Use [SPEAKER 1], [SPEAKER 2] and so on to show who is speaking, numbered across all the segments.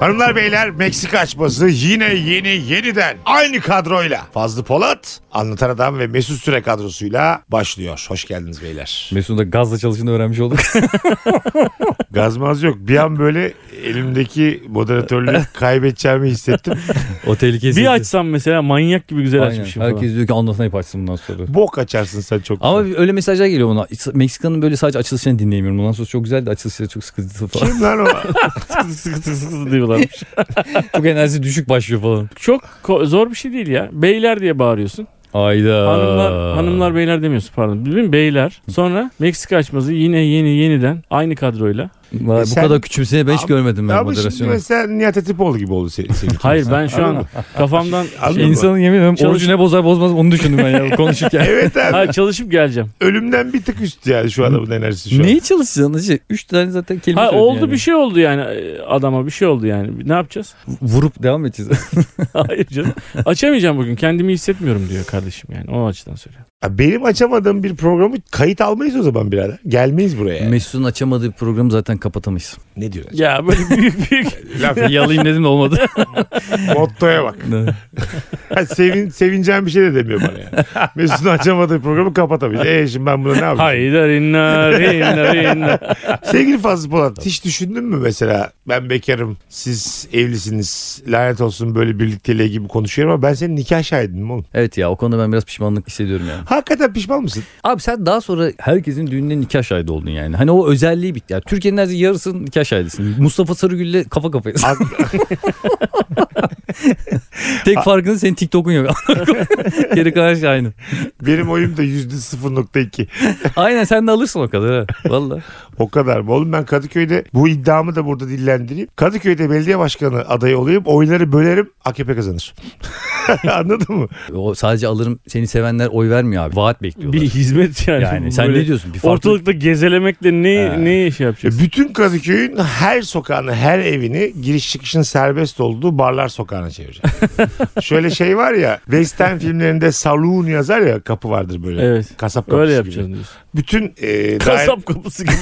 [SPEAKER 1] Hanımlar beyler Meksika açması yine yeni yeniden aynı kadroyla Fazlı Polat Anlatan Adam ve Mesut Süre kadrosuyla başlıyor. Hoş geldiniz beyler.
[SPEAKER 2] Mesut'un da gazla çalışını öğrenmiş olduk.
[SPEAKER 1] Gazmaz yok bir an böyle elimdeki moderatörlüğü kaybedeceğimi hissettim.
[SPEAKER 2] o tehlikesi.
[SPEAKER 3] Bir açsam mesela manyak gibi güzel açmışım falan.
[SPEAKER 2] Herkes diyor ki anlatan hep açsın bundan sonra.
[SPEAKER 1] Bok açarsın sen çok.
[SPEAKER 2] Ama öyle mesajlar geliyor ona. Meksika'nın böyle sadece açılışını dinleyemiyorum. Ondan sonra çok güzeldi açılışları çok sıkıntı falan.
[SPEAKER 1] Kim lan o?
[SPEAKER 3] Sıkı sıkı sıkı sıkı diyorlarmış.
[SPEAKER 2] çok enerjisi düşük başlıyor falan.
[SPEAKER 3] Çok ko- zor bir şey değil ya. Beyler diye bağırıyorsun.
[SPEAKER 2] Ayda.
[SPEAKER 3] Hanımlar, hanımlar beyler demiyorsun pardon. Bilmiyorum beyler. Sonra Meksika açması yine yeni yeniden aynı kadroyla.
[SPEAKER 2] Vay, bu
[SPEAKER 1] Sen-
[SPEAKER 2] kadar küçümseye ben hiç
[SPEAKER 1] Abi-
[SPEAKER 2] görmedim ben
[SPEAKER 1] Ama şimdi
[SPEAKER 2] moderasyonu.
[SPEAKER 1] mesela Nihat Etipoğlu gibi oldu senin. senin
[SPEAKER 3] Hayır ben şu an kafamdan
[SPEAKER 1] Anladın mı?
[SPEAKER 2] İnsanın yemin ederim
[SPEAKER 3] Çalış-
[SPEAKER 2] orucu ne bozar bozmaz onu düşündüm ben ya konuşurken.
[SPEAKER 1] Evet abi
[SPEAKER 3] ha, çalışıp geleceğim.
[SPEAKER 1] ölümden bir tık üst yani şu adamın enerjisi şu an.
[SPEAKER 2] Neyi çalışacaksın? Hacı? Üç tane zaten kelime
[SPEAKER 3] Ha
[SPEAKER 2] söyledin
[SPEAKER 3] oldu
[SPEAKER 2] yani.
[SPEAKER 3] bir şey oldu yani e, adama bir şey oldu yani. Ne yapacağız?
[SPEAKER 2] Vurup devam edeceğiz.
[SPEAKER 3] Hayır canım. Açamayacağım bugün. Kendimi hissetmiyorum diyor kardeşim yani. O açıdan söylüyorum.
[SPEAKER 1] Ya Benim açamadığım bir programı kayıt almayız o zaman birader. Gelmeyiz buraya. yani.
[SPEAKER 2] Mesut'un açamadığı programı zaten kapatamayız.
[SPEAKER 1] ne diyorsun?
[SPEAKER 3] Ya böyle büyük büyük.
[SPEAKER 1] Laf
[SPEAKER 2] Yalayayım dedim de olmadı.
[SPEAKER 1] mottoya bak. Ha, Sevin, sevineceğim bir şey de demiyor bana yani. Mesut'un açamadığı programı kapatamayız. E şimdi ben buna ne yapayım?
[SPEAKER 3] Haydar inna inna inna.
[SPEAKER 1] Sevgili Fazlı Polat hiç düşündün mü mesela ben bekarım siz evlisiniz lanet olsun böyle birlikteliğe gibi konuşuyorum ama ben senin nikah şahidinim oğlum.
[SPEAKER 2] evet ya o konuda ben biraz pişmanlık hissediyorum yani.
[SPEAKER 1] Hakikaten pişman mısın?
[SPEAKER 2] Abi sen daha sonra herkesin düğününe nikah şahidi oldun yani. Hani o özelliği bitti. Yani Türkiye'nin neredeyse yarısının nikah şahidisin. Mustafa Sarıgül'le kafa kafaya.
[SPEAKER 1] Abi,
[SPEAKER 2] Tek farkın senin TikTok'un yok. Geri kalan şey aynı.
[SPEAKER 1] benim oyum da yüzde 0.2.
[SPEAKER 2] Aynen sen de alırsın o kadar ha. Valla.
[SPEAKER 1] O kadar mı? Oğlum ben Kadıköy'de bu iddiamı da burada dillendireyim. Kadıköy'de belediye başkanı adayı olayım. Oyları bölerim AKP kazanır. Anladın mı?
[SPEAKER 2] O sadece alırım seni sevenler oy vermiyor abi. Vaat bekliyorlar.
[SPEAKER 3] Bir hizmet yani.
[SPEAKER 2] yani sen
[SPEAKER 3] Böyle
[SPEAKER 2] ne diyorsun? Bir farklı...
[SPEAKER 3] Ortalıkta gezelemekle
[SPEAKER 2] Ha.
[SPEAKER 3] ne, ne şey
[SPEAKER 1] E,
[SPEAKER 3] yapacağız?
[SPEAKER 1] Bütün Kadıköy'ün her sokağını, her evini giriş çıkışın serbest olduğu barlar sokağına çevireceğim. Şöyle şey var ya, Western filmlerinde saloon yazar ya kapı vardır böyle.
[SPEAKER 3] Evet.
[SPEAKER 1] Kasap kapısı
[SPEAKER 3] Öyle
[SPEAKER 1] gibi.
[SPEAKER 3] yapacağız diyorsun.
[SPEAKER 1] Bütün e, daire-
[SPEAKER 3] Kasap kapısı gibi.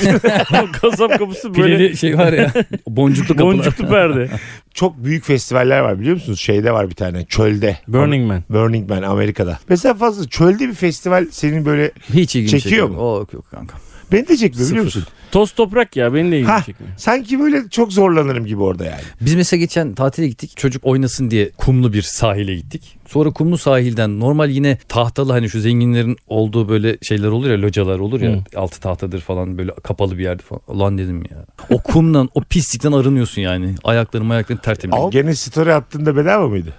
[SPEAKER 3] O kasap kapısı böyle
[SPEAKER 2] Pileli şey var ya. Boncuklu kapılar.
[SPEAKER 3] boncuklu perde.
[SPEAKER 1] çok büyük festivaller var biliyor musunuz? Şeyde var bir tane çölde.
[SPEAKER 3] Burning Man.
[SPEAKER 1] Burning Man Amerika'da. Mesela fazla çölde bir festival senin böyle
[SPEAKER 2] Hiç ilgimi
[SPEAKER 1] Çekiyor
[SPEAKER 2] çekmiyor.
[SPEAKER 1] mu?
[SPEAKER 2] Yok yok kanka.
[SPEAKER 1] beni de çekmiyor biliyor
[SPEAKER 2] Sıfır.
[SPEAKER 1] musun?
[SPEAKER 3] Toz toprak ya beni de ilgimi
[SPEAKER 1] Ha.
[SPEAKER 3] çekmiyor.
[SPEAKER 1] Sanki böyle çok zorlanırım gibi orada yani.
[SPEAKER 2] Biz mesela geçen tatile gittik. Çocuk oynasın diye kumlu bir sahile gittik. Sonra kumlu sahilden normal yine tahtalı hani şu zenginlerin olduğu böyle şeyler olur ya localar olur ya. Altı tahtadır falan böyle kapalı bir yerde falan. Ulan dedim ya. O kumdan o pislikten arınıyorsun yani. Ayaklarım ayaklarım tertemiz.
[SPEAKER 1] Al. Gene story attığında bedava mıydı?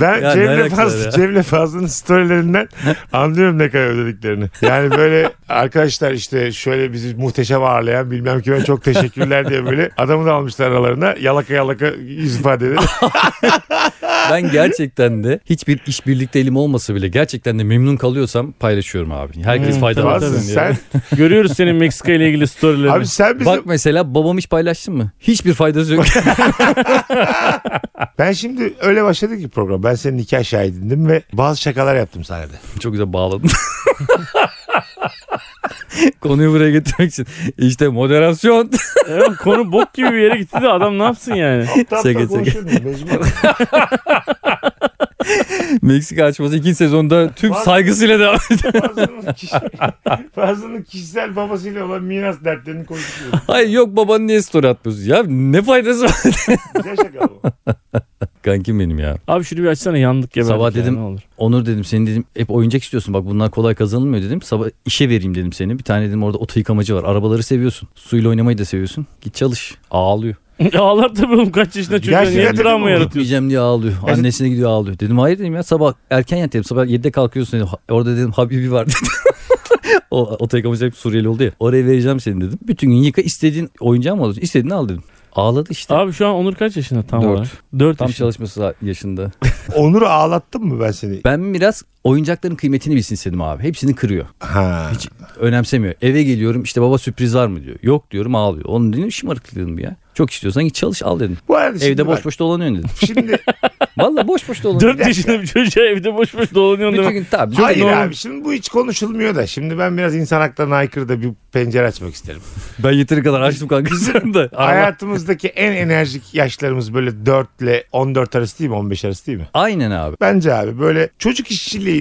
[SPEAKER 1] ben
[SPEAKER 2] Ya ne
[SPEAKER 1] Cemre
[SPEAKER 2] alakası var
[SPEAKER 1] Fazlı,
[SPEAKER 2] ya?
[SPEAKER 1] Cemre Fazlı'nın storylerinden anlıyorum ne kadar ödediklerini. Yani böyle arkadaşlar işte şöyle bizi muhteşem ağırlayan bilmem kime çok teşekkürler diye böyle adamı da almışlar aralarına yalaka yalaka yüz ifadeleri.
[SPEAKER 2] Ben gerçekten de hiçbir iş birlikteliğim olmasa bile gerçekten de memnun kalıyorsam paylaşıyorum abi. Herkes
[SPEAKER 3] Hmm,
[SPEAKER 2] faydalansın
[SPEAKER 1] Fazlı
[SPEAKER 2] diye.
[SPEAKER 1] sen,
[SPEAKER 3] Görüyoruz senin Meksika ile ilgili storylerini.
[SPEAKER 1] abi sen bizim...
[SPEAKER 2] Bak mesela babam hiç paylaştın mı? Hiçbir faydası yok.
[SPEAKER 1] Ben şimdi öyle başladık ki program. Ben senin nikah şahidindim ve bazı şakalar yaptım sahnede.
[SPEAKER 2] Çok güzel bağladın. Konuyu buraya getirmek için. İşte moderasyon.
[SPEAKER 3] Evet, konu bok gibi bir yere gitti de adam ne yapsın yani?
[SPEAKER 1] Aptal aptal
[SPEAKER 2] Sege, sege.
[SPEAKER 1] konuşuyorum, mecbur.
[SPEAKER 2] Meksika açması ikinci sezonda tüm
[SPEAKER 1] Var-
[SPEAKER 2] saygısıyla devam ediyor.
[SPEAKER 1] Fazlı'nın kişisel, Fazlı'nın kişisel babasıyla olan miras dertlerini konuşuyoruz.
[SPEAKER 2] Hayır yok baban niye story atmıyorsun? Ya ne faydası var?
[SPEAKER 1] Güzel şaka bu.
[SPEAKER 2] Kankim benim ya.
[SPEAKER 3] Abi şunu bir açsana yandık geberdik.
[SPEAKER 2] Sabah
[SPEAKER 3] ya,
[SPEAKER 2] dedim-
[SPEAKER 3] ne olur.
[SPEAKER 2] Onur dedim seni dedim hep oyuncak istiyorsun. Bak bunlar kolay kazanılmıyor dedim. Sabah işe vereyim dedim seni. Bir tane dedim orada oto yıkamacı var. Arabaları seviyorsun. Suyla oynamayı da seviyorsun. Git çalış. Ağlıyor.
[SPEAKER 3] Ağlar tabii oğlum kaç yaşında çocuğa
[SPEAKER 1] Gerçi
[SPEAKER 3] niye
[SPEAKER 1] gerçekten
[SPEAKER 3] travma
[SPEAKER 1] bu-
[SPEAKER 3] yaratıyor?
[SPEAKER 2] Gitmeyeceğim diye ağlıyor.
[SPEAKER 1] Evet.
[SPEAKER 2] Annesine gidiyor ağlıyor. Dedim hayır dedim ya sabah erken yat dedim. Sabah 7'de kalkıyorsun dedim. Ha- Orada dedim Habibi var dedim. o otoyıkamacı hep Suriyeli oldu ya. Oraya vereceğim seni dedim. Bütün gün yıka istediğin oyuncağın mı olsun? İstediğini al dedim. Ağladı işte. şey-
[SPEAKER 3] Abi şu an Onur kaç yaşında tam
[SPEAKER 2] Dört.
[SPEAKER 3] olarak? 4
[SPEAKER 2] Tam
[SPEAKER 3] yaşında.
[SPEAKER 2] çalışması yaşında.
[SPEAKER 1] Onur'u ağlattın mı ben seni?
[SPEAKER 2] Ben biraz oyuncakların kıymetini bilsin istedim abi. Hepsini kırıyor.
[SPEAKER 1] Ha.
[SPEAKER 2] Hiç önemsemiyor. Eve geliyorum işte baba sürpriz var mı diyor. Yok diyorum ağlıyor. Onu dedim şımarıklık dedim ya. Çok istiyorsan git çalış al dedim.
[SPEAKER 1] Bu arada şimdi
[SPEAKER 2] Evde
[SPEAKER 1] bak,
[SPEAKER 2] boş boş dolanıyorsun dedim.
[SPEAKER 1] Şimdi
[SPEAKER 2] Valla boş boş dolanıyorsun.
[SPEAKER 3] 4 yaşında bir çocuğa evde boş boş dolanıyorsun.
[SPEAKER 2] Bütün
[SPEAKER 3] demek.
[SPEAKER 2] gün tabii.
[SPEAKER 1] hayır
[SPEAKER 3] normal.
[SPEAKER 1] abi şimdi bu hiç konuşulmuyor da. Şimdi ben biraz insan haklarına aykırı da bir pencere açmak isterim.
[SPEAKER 2] Ben yeteri kadar açtım kanka sen de. Araba-
[SPEAKER 1] Hayatımızdaki en enerjik yaşlarımız böyle 4 ile 14 arası değil mi? 15 arası değil mi?
[SPEAKER 2] Aynen abi.
[SPEAKER 1] Bence abi böyle çocuk işçiliği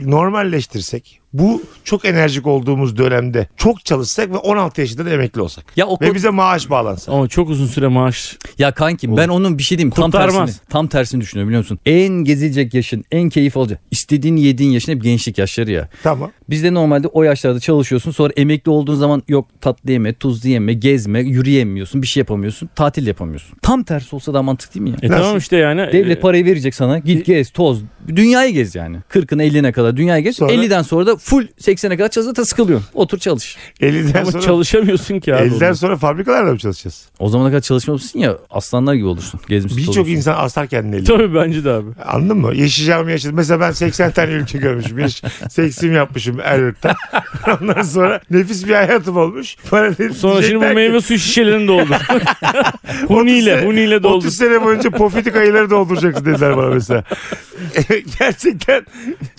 [SPEAKER 1] normalleştirsek bu çok enerjik olduğumuz dönemde çok çalışsak ve 16 yaşında da emekli olsak.
[SPEAKER 2] Ya o
[SPEAKER 1] Ve
[SPEAKER 2] kod-
[SPEAKER 1] bize maaş bağlansa.
[SPEAKER 3] Ama çok uzun süre maaş.
[SPEAKER 2] ya kanki ben onun bir şey diyeyim mi? tam
[SPEAKER 3] Kurtarmaz.
[SPEAKER 2] tersini tam tersini düşünüyorum biliyor musun? En gezilecek yaşın, en keyif alacak. istediğin yediğin yaşın hep gençlik yaşları ya.
[SPEAKER 1] Tamam.
[SPEAKER 2] Bizde normalde o yaşlarda çalışıyorsun sonra emekli olduğun zaman yok tatlı yeme, tuzlu yeme, gezme, yürüyemiyorsun, bir şey yapamıyorsun, tatil yapamıyorsun. Tam tersi olsa daha mantıklı değil mi ya?
[SPEAKER 3] E
[SPEAKER 1] Nasıl?
[SPEAKER 3] tamam işte yani.
[SPEAKER 2] Devlet
[SPEAKER 3] E,
[SPEAKER 2] parayı verecek sana. Git gez, toz. Dünyayı gez yani. 40'ına 50'ine kadar dünyayı gez.
[SPEAKER 1] Sonra-
[SPEAKER 2] 50'den sonra da full 80'e kadar çalışsa da sıkılıyorsun. Otur çalış.
[SPEAKER 1] 50'den
[SPEAKER 3] Ama
[SPEAKER 1] sonra
[SPEAKER 3] çalışamıyorsun ki abi.
[SPEAKER 1] 50'den sonra fabrikalarda mı çalışacağız?
[SPEAKER 2] O zamana kadar çalışmamışsın ya aslanlar gibi olursun. Gezmişsin.
[SPEAKER 1] Birçok
[SPEAKER 2] tozmuşsun.
[SPEAKER 1] insan asar kendini 50'den.
[SPEAKER 3] Tabii bence de abi.
[SPEAKER 1] Anladın mı? Yaşayacağımı yaşadım. Mesela ben 80 tane ülke görmüşüm. Yaş, seksim yapmışım her ırkta. Ondan sonra nefis bir hayatım olmuş. Bana de-
[SPEAKER 3] Sonra şimdi
[SPEAKER 1] diyecekler
[SPEAKER 3] bu
[SPEAKER 1] ki,
[SPEAKER 3] meyve suyu şişelerini doldur. huniyle,
[SPEAKER 1] sene-
[SPEAKER 3] huniyle doldur.
[SPEAKER 1] 30 sene boyunca pofidik ayıları dolduracaksın dediler bana mesela. E, Gerçekten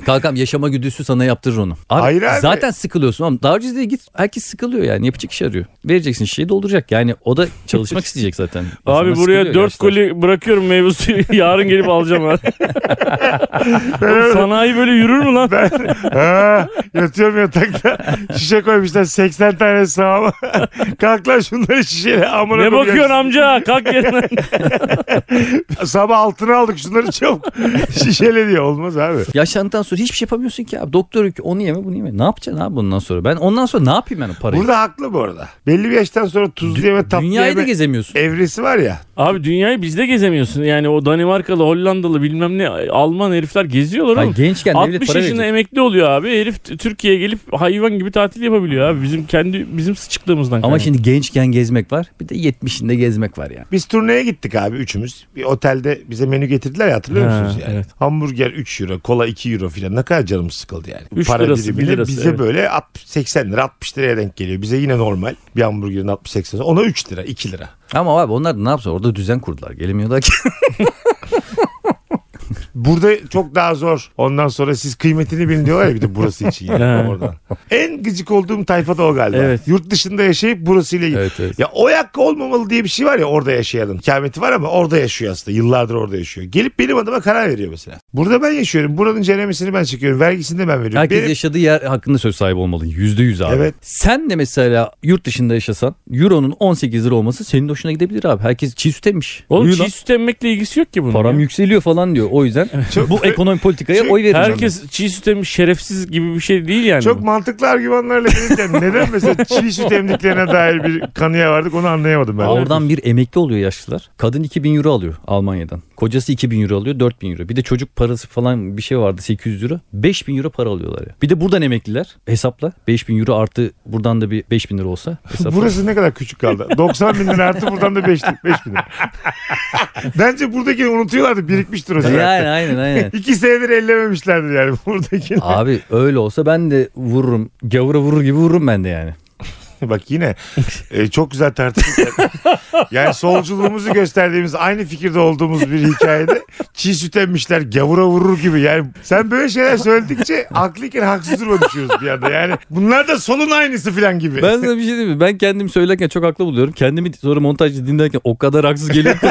[SPEAKER 2] Kankam yaşama güdüsü sana yaptırır onu. Abi,
[SPEAKER 1] Hayır abi.
[SPEAKER 2] Zaten sıkılıyorsun ama daha önce de git herkes sıkılıyor yani yapacak iş arıyor. Vereceksin şişeyi dolduracak yani o da çalışmak isteyecek zaten.
[SPEAKER 3] Abi
[SPEAKER 2] İnsanlar
[SPEAKER 3] buraya
[SPEAKER 2] sıkılıyor
[SPEAKER 3] 4
[SPEAKER 2] yaşlar.
[SPEAKER 3] koli bırakıyorum meyve suyu. Yarın gelip alacağım abi. Oğlum sanayi böyle yürür mü lan?
[SPEAKER 1] ben ha, yatıyorum yatakta şişe koymuşlar 80 tane sağıma. Kalk lan şunları şişeyle amına
[SPEAKER 3] Ne
[SPEAKER 1] koyuyorsun.
[SPEAKER 3] bakıyorsun amca? Kalk yerinden.
[SPEAKER 1] Sabah altına aldık şunları çabuk. şişele diyor olmaz abi.
[SPEAKER 2] Yaşlandıktan sonra hiçbir şey yapamıyorsun ki abi. Doktor diyor ki onu yeme bunu yeme. Ne yapacaksın abi bundan sonra? Ben ondan sonra ne yapayım ben o parayı?
[SPEAKER 1] Burada haklı bu arada. Belli bir yaştan sonra tuzlu yeme tatlı
[SPEAKER 2] Dünyayı da
[SPEAKER 1] yeme
[SPEAKER 2] gezemiyorsun.
[SPEAKER 1] evresi var ya.
[SPEAKER 3] Abi dünyayı bizde gezemiyorsun. Yani o Danimarkalı, Hollandalı bilmem ne Alman herifler geziyorlar
[SPEAKER 2] Ay
[SPEAKER 3] oğlum.
[SPEAKER 2] gençken devlet
[SPEAKER 3] 60
[SPEAKER 2] para
[SPEAKER 3] yaşında
[SPEAKER 2] verecek.
[SPEAKER 3] emekli oluyor abi. Herif t- Türkiye'ye gelip hayvan gibi tatil yapabiliyor abi. Bizim kendi bizim sıçıklığımızdan.
[SPEAKER 2] Ama
[SPEAKER 3] kaynaklı.
[SPEAKER 2] şimdi gençken gezmek var. Bir de 70'inde gezmek var yani.
[SPEAKER 1] Biz turneye gittik abi üçümüz. Bir otelde bize menü getirdiler ya hatırlıyor
[SPEAKER 3] Ha,
[SPEAKER 1] musunuz? Yani?
[SPEAKER 3] evet.
[SPEAKER 1] Hamburger 3 euro, kola 2 euro filan ne kadar canımız sıkıldı yani.
[SPEAKER 3] Üç lirası,
[SPEAKER 1] birimiyle
[SPEAKER 3] bir lirası,
[SPEAKER 1] Bize
[SPEAKER 3] evet.
[SPEAKER 1] böyle alt- 80 lira 60 liraya denk geliyor. Bize yine normal bir hamburgerin 60-80 lira. Ona 3 lira 2 lira.
[SPEAKER 2] Ama abi onlar da ne yapsın? Orada düzen kurdular. Gelemiyorlar ki.
[SPEAKER 1] Burada çok daha zor. Ondan sonra siz kıymetini bilin diyorlar ya bir de burası için yani
[SPEAKER 3] Ha.
[SPEAKER 1] oradan. En gıcık olduğum tayfa da o galiba.
[SPEAKER 3] Evet.
[SPEAKER 1] Yurt dışında yaşayıp burasıyla ilgili.
[SPEAKER 2] Evet, evet.
[SPEAKER 1] Ya o hakkı olmamalı diye bir şey var ya orada yaşayanın. Kameti var ama orada yaşıyor aslında. Yıllardır orada yaşıyor. Gelip benim adıma karar veriyor mesela. Burada ben yaşıyorum. Buranın ceremesini ben çekiyorum. Vergisini de ben veriyorum.
[SPEAKER 2] Herkes
[SPEAKER 1] Benim-
[SPEAKER 2] yaşadığı yer hakkında söz sahibi olmalı. Yüzde yüz abi.
[SPEAKER 1] Evet.
[SPEAKER 2] Sen de mesela yurt dışında yaşasan Euro'nun 18 lira olması senin de hoşuna gidebilir abi. Herkes çiğ süt emmiş.
[SPEAKER 3] Oğlum
[SPEAKER 2] Uyu
[SPEAKER 3] çiğ
[SPEAKER 2] lan.
[SPEAKER 3] süt emmekle ilgisi yok ki bunun.
[SPEAKER 2] Param
[SPEAKER 3] ya.
[SPEAKER 2] yükseliyor falan diyor. O yüzden
[SPEAKER 1] Çok-
[SPEAKER 2] bu ekonomi politikaya
[SPEAKER 1] Çok-
[SPEAKER 2] oy vereceğim.
[SPEAKER 3] Herkes çiğ süt emmiş şerefsiz gibi bir şey değil yani.
[SPEAKER 1] çok
[SPEAKER 3] bu.
[SPEAKER 1] mantıklı argümanlarla gelirken neden mesela çiğ süt emdiklerine dair bir kanıya vardık onu anlayamadım ben.
[SPEAKER 2] Aa, Oradan bir emekli oluyor yaşlılar. Kadın 2000 euro alıyor Almanya'dan. Kocası 2000 euro alıyor 4000 euro. Bir de çocuk parası falan bir şey vardı 800 euro. 5000 euro para alıyorlar ya. Bir de buradan emekliler hesapla. 5000 euro artı buradan da bir 5000 lira olsa hesapla.
[SPEAKER 1] Burası ne kadar küçük kaldı. 90 bin lira artı buradan da 5, 5 bin lira. Bence buradakini unutuyorlardı birikmiştir o zaman.
[SPEAKER 2] Yani aynen aynen.
[SPEAKER 1] İki senedir ellememişlerdir yani buradakini.
[SPEAKER 2] Abi öyle olsa ben de vururum. Gavura vurur gibi vururum ben de yani.
[SPEAKER 1] Bak yine e, çok güzel tartıştık. yani solculuğumuzu gösterdiğimiz aynı fikirde olduğumuz bir hikayede çiğ süt emmişler gavura vurur gibi. Yani sen böyle şeyler söyledikçe haklıyken haksız duruma düşüyoruz bir anda. Yani bunlar da solun aynısı falan gibi.
[SPEAKER 2] Ben sana bir şey diyeyim mi? Ben kendimi söylerken çok haklı buluyorum. Kendimi sonra montajcı dinlerken o kadar haksız geliyor ki.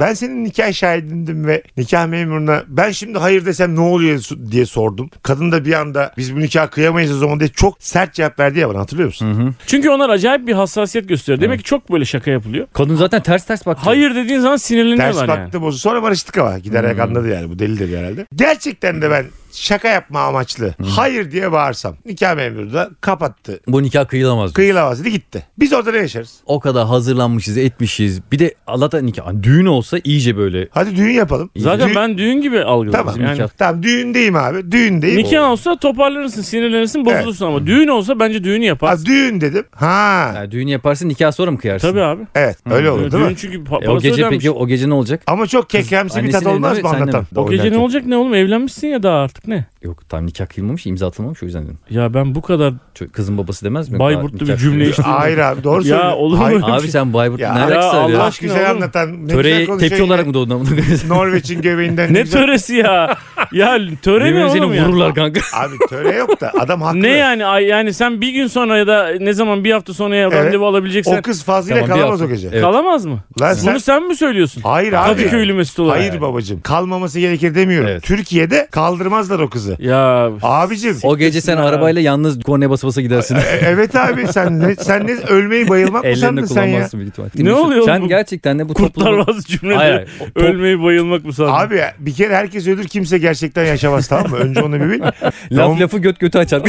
[SPEAKER 1] Ben senin nikah şahidindim ve nikah memuruna ben şimdi hayır desem ne oluyor su- diye sordum. Kadın da bir anda biz bu nikah kıyamayız o zaman diye çok sert cevap verdi ya bana hatırlıyor musun?
[SPEAKER 3] Çünkü onlar acayip bir hassasiyet gösteriyor. Demek ki çok böyle şaka yapılıyor.
[SPEAKER 2] Kadın zaten ters ters baktı.
[SPEAKER 3] Hayır dediğin zaman
[SPEAKER 1] Ters
[SPEAKER 3] sinirleniyorlar yani.
[SPEAKER 1] baktı bozu. Sonra barıştık ama giderek anladı yani bu deli dedi herhalde. Gerçekten de ben şaka yapma amaçlı hayır diye bağırsam nikah memuru da kapattı.
[SPEAKER 2] Bu nikah kıyılamaz. diyor.
[SPEAKER 1] Kıyılamaz dedi gitti. Biz orada ne yaşarız?
[SPEAKER 2] o kadar hazırlanmışız, etmişiz. Bir de Allah'tan nikah. Hani düğün olsa iyice böyle.
[SPEAKER 1] Hadi düğün yapalım.
[SPEAKER 3] Zaten
[SPEAKER 1] Düğün-
[SPEAKER 3] ben düğün gibi algıladım.
[SPEAKER 1] Tamam.
[SPEAKER 3] Yani
[SPEAKER 2] Nikah.
[SPEAKER 1] Tamam düğündeyim abi. Düğündeyim.
[SPEAKER 3] nikah olsa toparlanırsın, sinirlenirsin, bozulursun ama düğün olsa bence düğünü yaparsın.
[SPEAKER 1] Ha, düğün dedim. Ha.
[SPEAKER 2] Yani düğün yaparsın, nikah sonra mı kıyarsın?
[SPEAKER 3] E, Tabii abi.
[SPEAKER 1] Evet öyle olur değil
[SPEAKER 3] düğün
[SPEAKER 1] mi?
[SPEAKER 3] çünkü pa-
[SPEAKER 2] E, o
[SPEAKER 3] parası
[SPEAKER 2] gece
[SPEAKER 3] ödenmiş.
[SPEAKER 2] peki o gece ne olacak?
[SPEAKER 1] Ama çok kekemsi bir
[SPEAKER 2] annesinin
[SPEAKER 1] tat
[SPEAKER 2] elinde
[SPEAKER 1] olmaz
[SPEAKER 2] mi,
[SPEAKER 1] mı
[SPEAKER 2] sende mi?
[SPEAKER 1] anlatan?
[SPEAKER 3] O gece ne olacak ne oğlum evlenmişsin ya daha artık. Nikahlık ne?
[SPEAKER 2] Yok tam nikah kıyılmamış imza atılmamış o yüzden dedim.
[SPEAKER 3] Ya ben bu kadar
[SPEAKER 2] Ço- Kızın babası demez mi?
[SPEAKER 3] Bayburtlu
[SPEAKER 2] Daha
[SPEAKER 3] bir
[SPEAKER 2] nikah
[SPEAKER 3] cümle
[SPEAKER 2] kıyılmış.
[SPEAKER 3] işte.
[SPEAKER 1] Hayır abi doğru
[SPEAKER 3] Ya
[SPEAKER 1] söylüyorsun.
[SPEAKER 3] olur mu?
[SPEAKER 1] Hayır.
[SPEAKER 2] Abi sen Bayburtlu
[SPEAKER 1] Ya-
[SPEAKER 2] ne alakası
[SPEAKER 3] Ya
[SPEAKER 2] var ya?
[SPEAKER 3] Allah-
[SPEAKER 1] Allah
[SPEAKER 3] aşkına
[SPEAKER 1] güzel
[SPEAKER 3] oğlum.
[SPEAKER 1] anlatan. Ne
[SPEAKER 2] Töreyi
[SPEAKER 1] güzel
[SPEAKER 2] tepki
[SPEAKER 1] konuşuyor
[SPEAKER 2] olarak
[SPEAKER 1] yine.
[SPEAKER 2] mı doğdun amına
[SPEAKER 1] Norveç'in göbeğinden.
[SPEAKER 3] ne
[SPEAKER 1] güzel-
[SPEAKER 3] töresi ya? ya töre mi
[SPEAKER 2] Yemin seni
[SPEAKER 3] oğlum ya?
[SPEAKER 2] vururlar kanka.
[SPEAKER 1] Abi töre yok da adam haklı.
[SPEAKER 3] Ne yani? Ay, yani sen bir gün sonra ya da ne zaman bir hafta sonra ya
[SPEAKER 1] Evet.
[SPEAKER 3] randevu alabileceksen
[SPEAKER 1] O kız fazlıyla
[SPEAKER 2] Tamam, bir
[SPEAKER 1] kalamaz
[SPEAKER 2] hafta.
[SPEAKER 1] o gece.
[SPEAKER 2] Evet.
[SPEAKER 3] kalamaz mı?
[SPEAKER 1] Lan sen-
[SPEAKER 3] Bunu sen mi söylüyorsun?
[SPEAKER 1] Hayır abi.
[SPEAKER 3] Kadıköylü Mesut olarak.
[SPEAKER 1] Hayır babacığım. Kalmaması gerekir demiyorum.
[SPEAKER 2] Evet.
[SPEAKER 1] Türkiye'de kaldırmazlar o kızı.
[SPEAKER 3] Ya
[SPEAKER 1] Abicim.
[SPEAKER 2] O gece sen
[SPEAKER 3] ya.
[SPEAKER 2] arabayla yalnız korneye basa basa gidersin.
[SPEAKER 1] E- evet abi sen ne, sen ne ölmeyi bayılmak mı
[SPEAKER 2] Ellerini
[SPEAKER 1] sandın sen ya?
[SPEAKER 2] kullanmazsın büyük ihtimal.
[SPEAKER 3] Ne oluyor
[SPEAKER 2] Sen
[SPEAKER 3] oğlum?
[SPEAKER 2] gerçekten de bu
[SPEAKER 3] kurtlar
[SPEAKER 2] topluluğun-
[SPEAKER 3] bazı cümleleri.
[SPEAKER 2] Hayır, hayır. O-
[SPEAKER 3] Ölmeyi bayılmak mı sandın?
[SPEAKER 1] Abi ya, bir kere herkes ölür kimse gerçekten yaşamaz tamam mı? Önce onu bir bil. Tamam.
[SPEAKER 2] Laf lafı göt götü açar.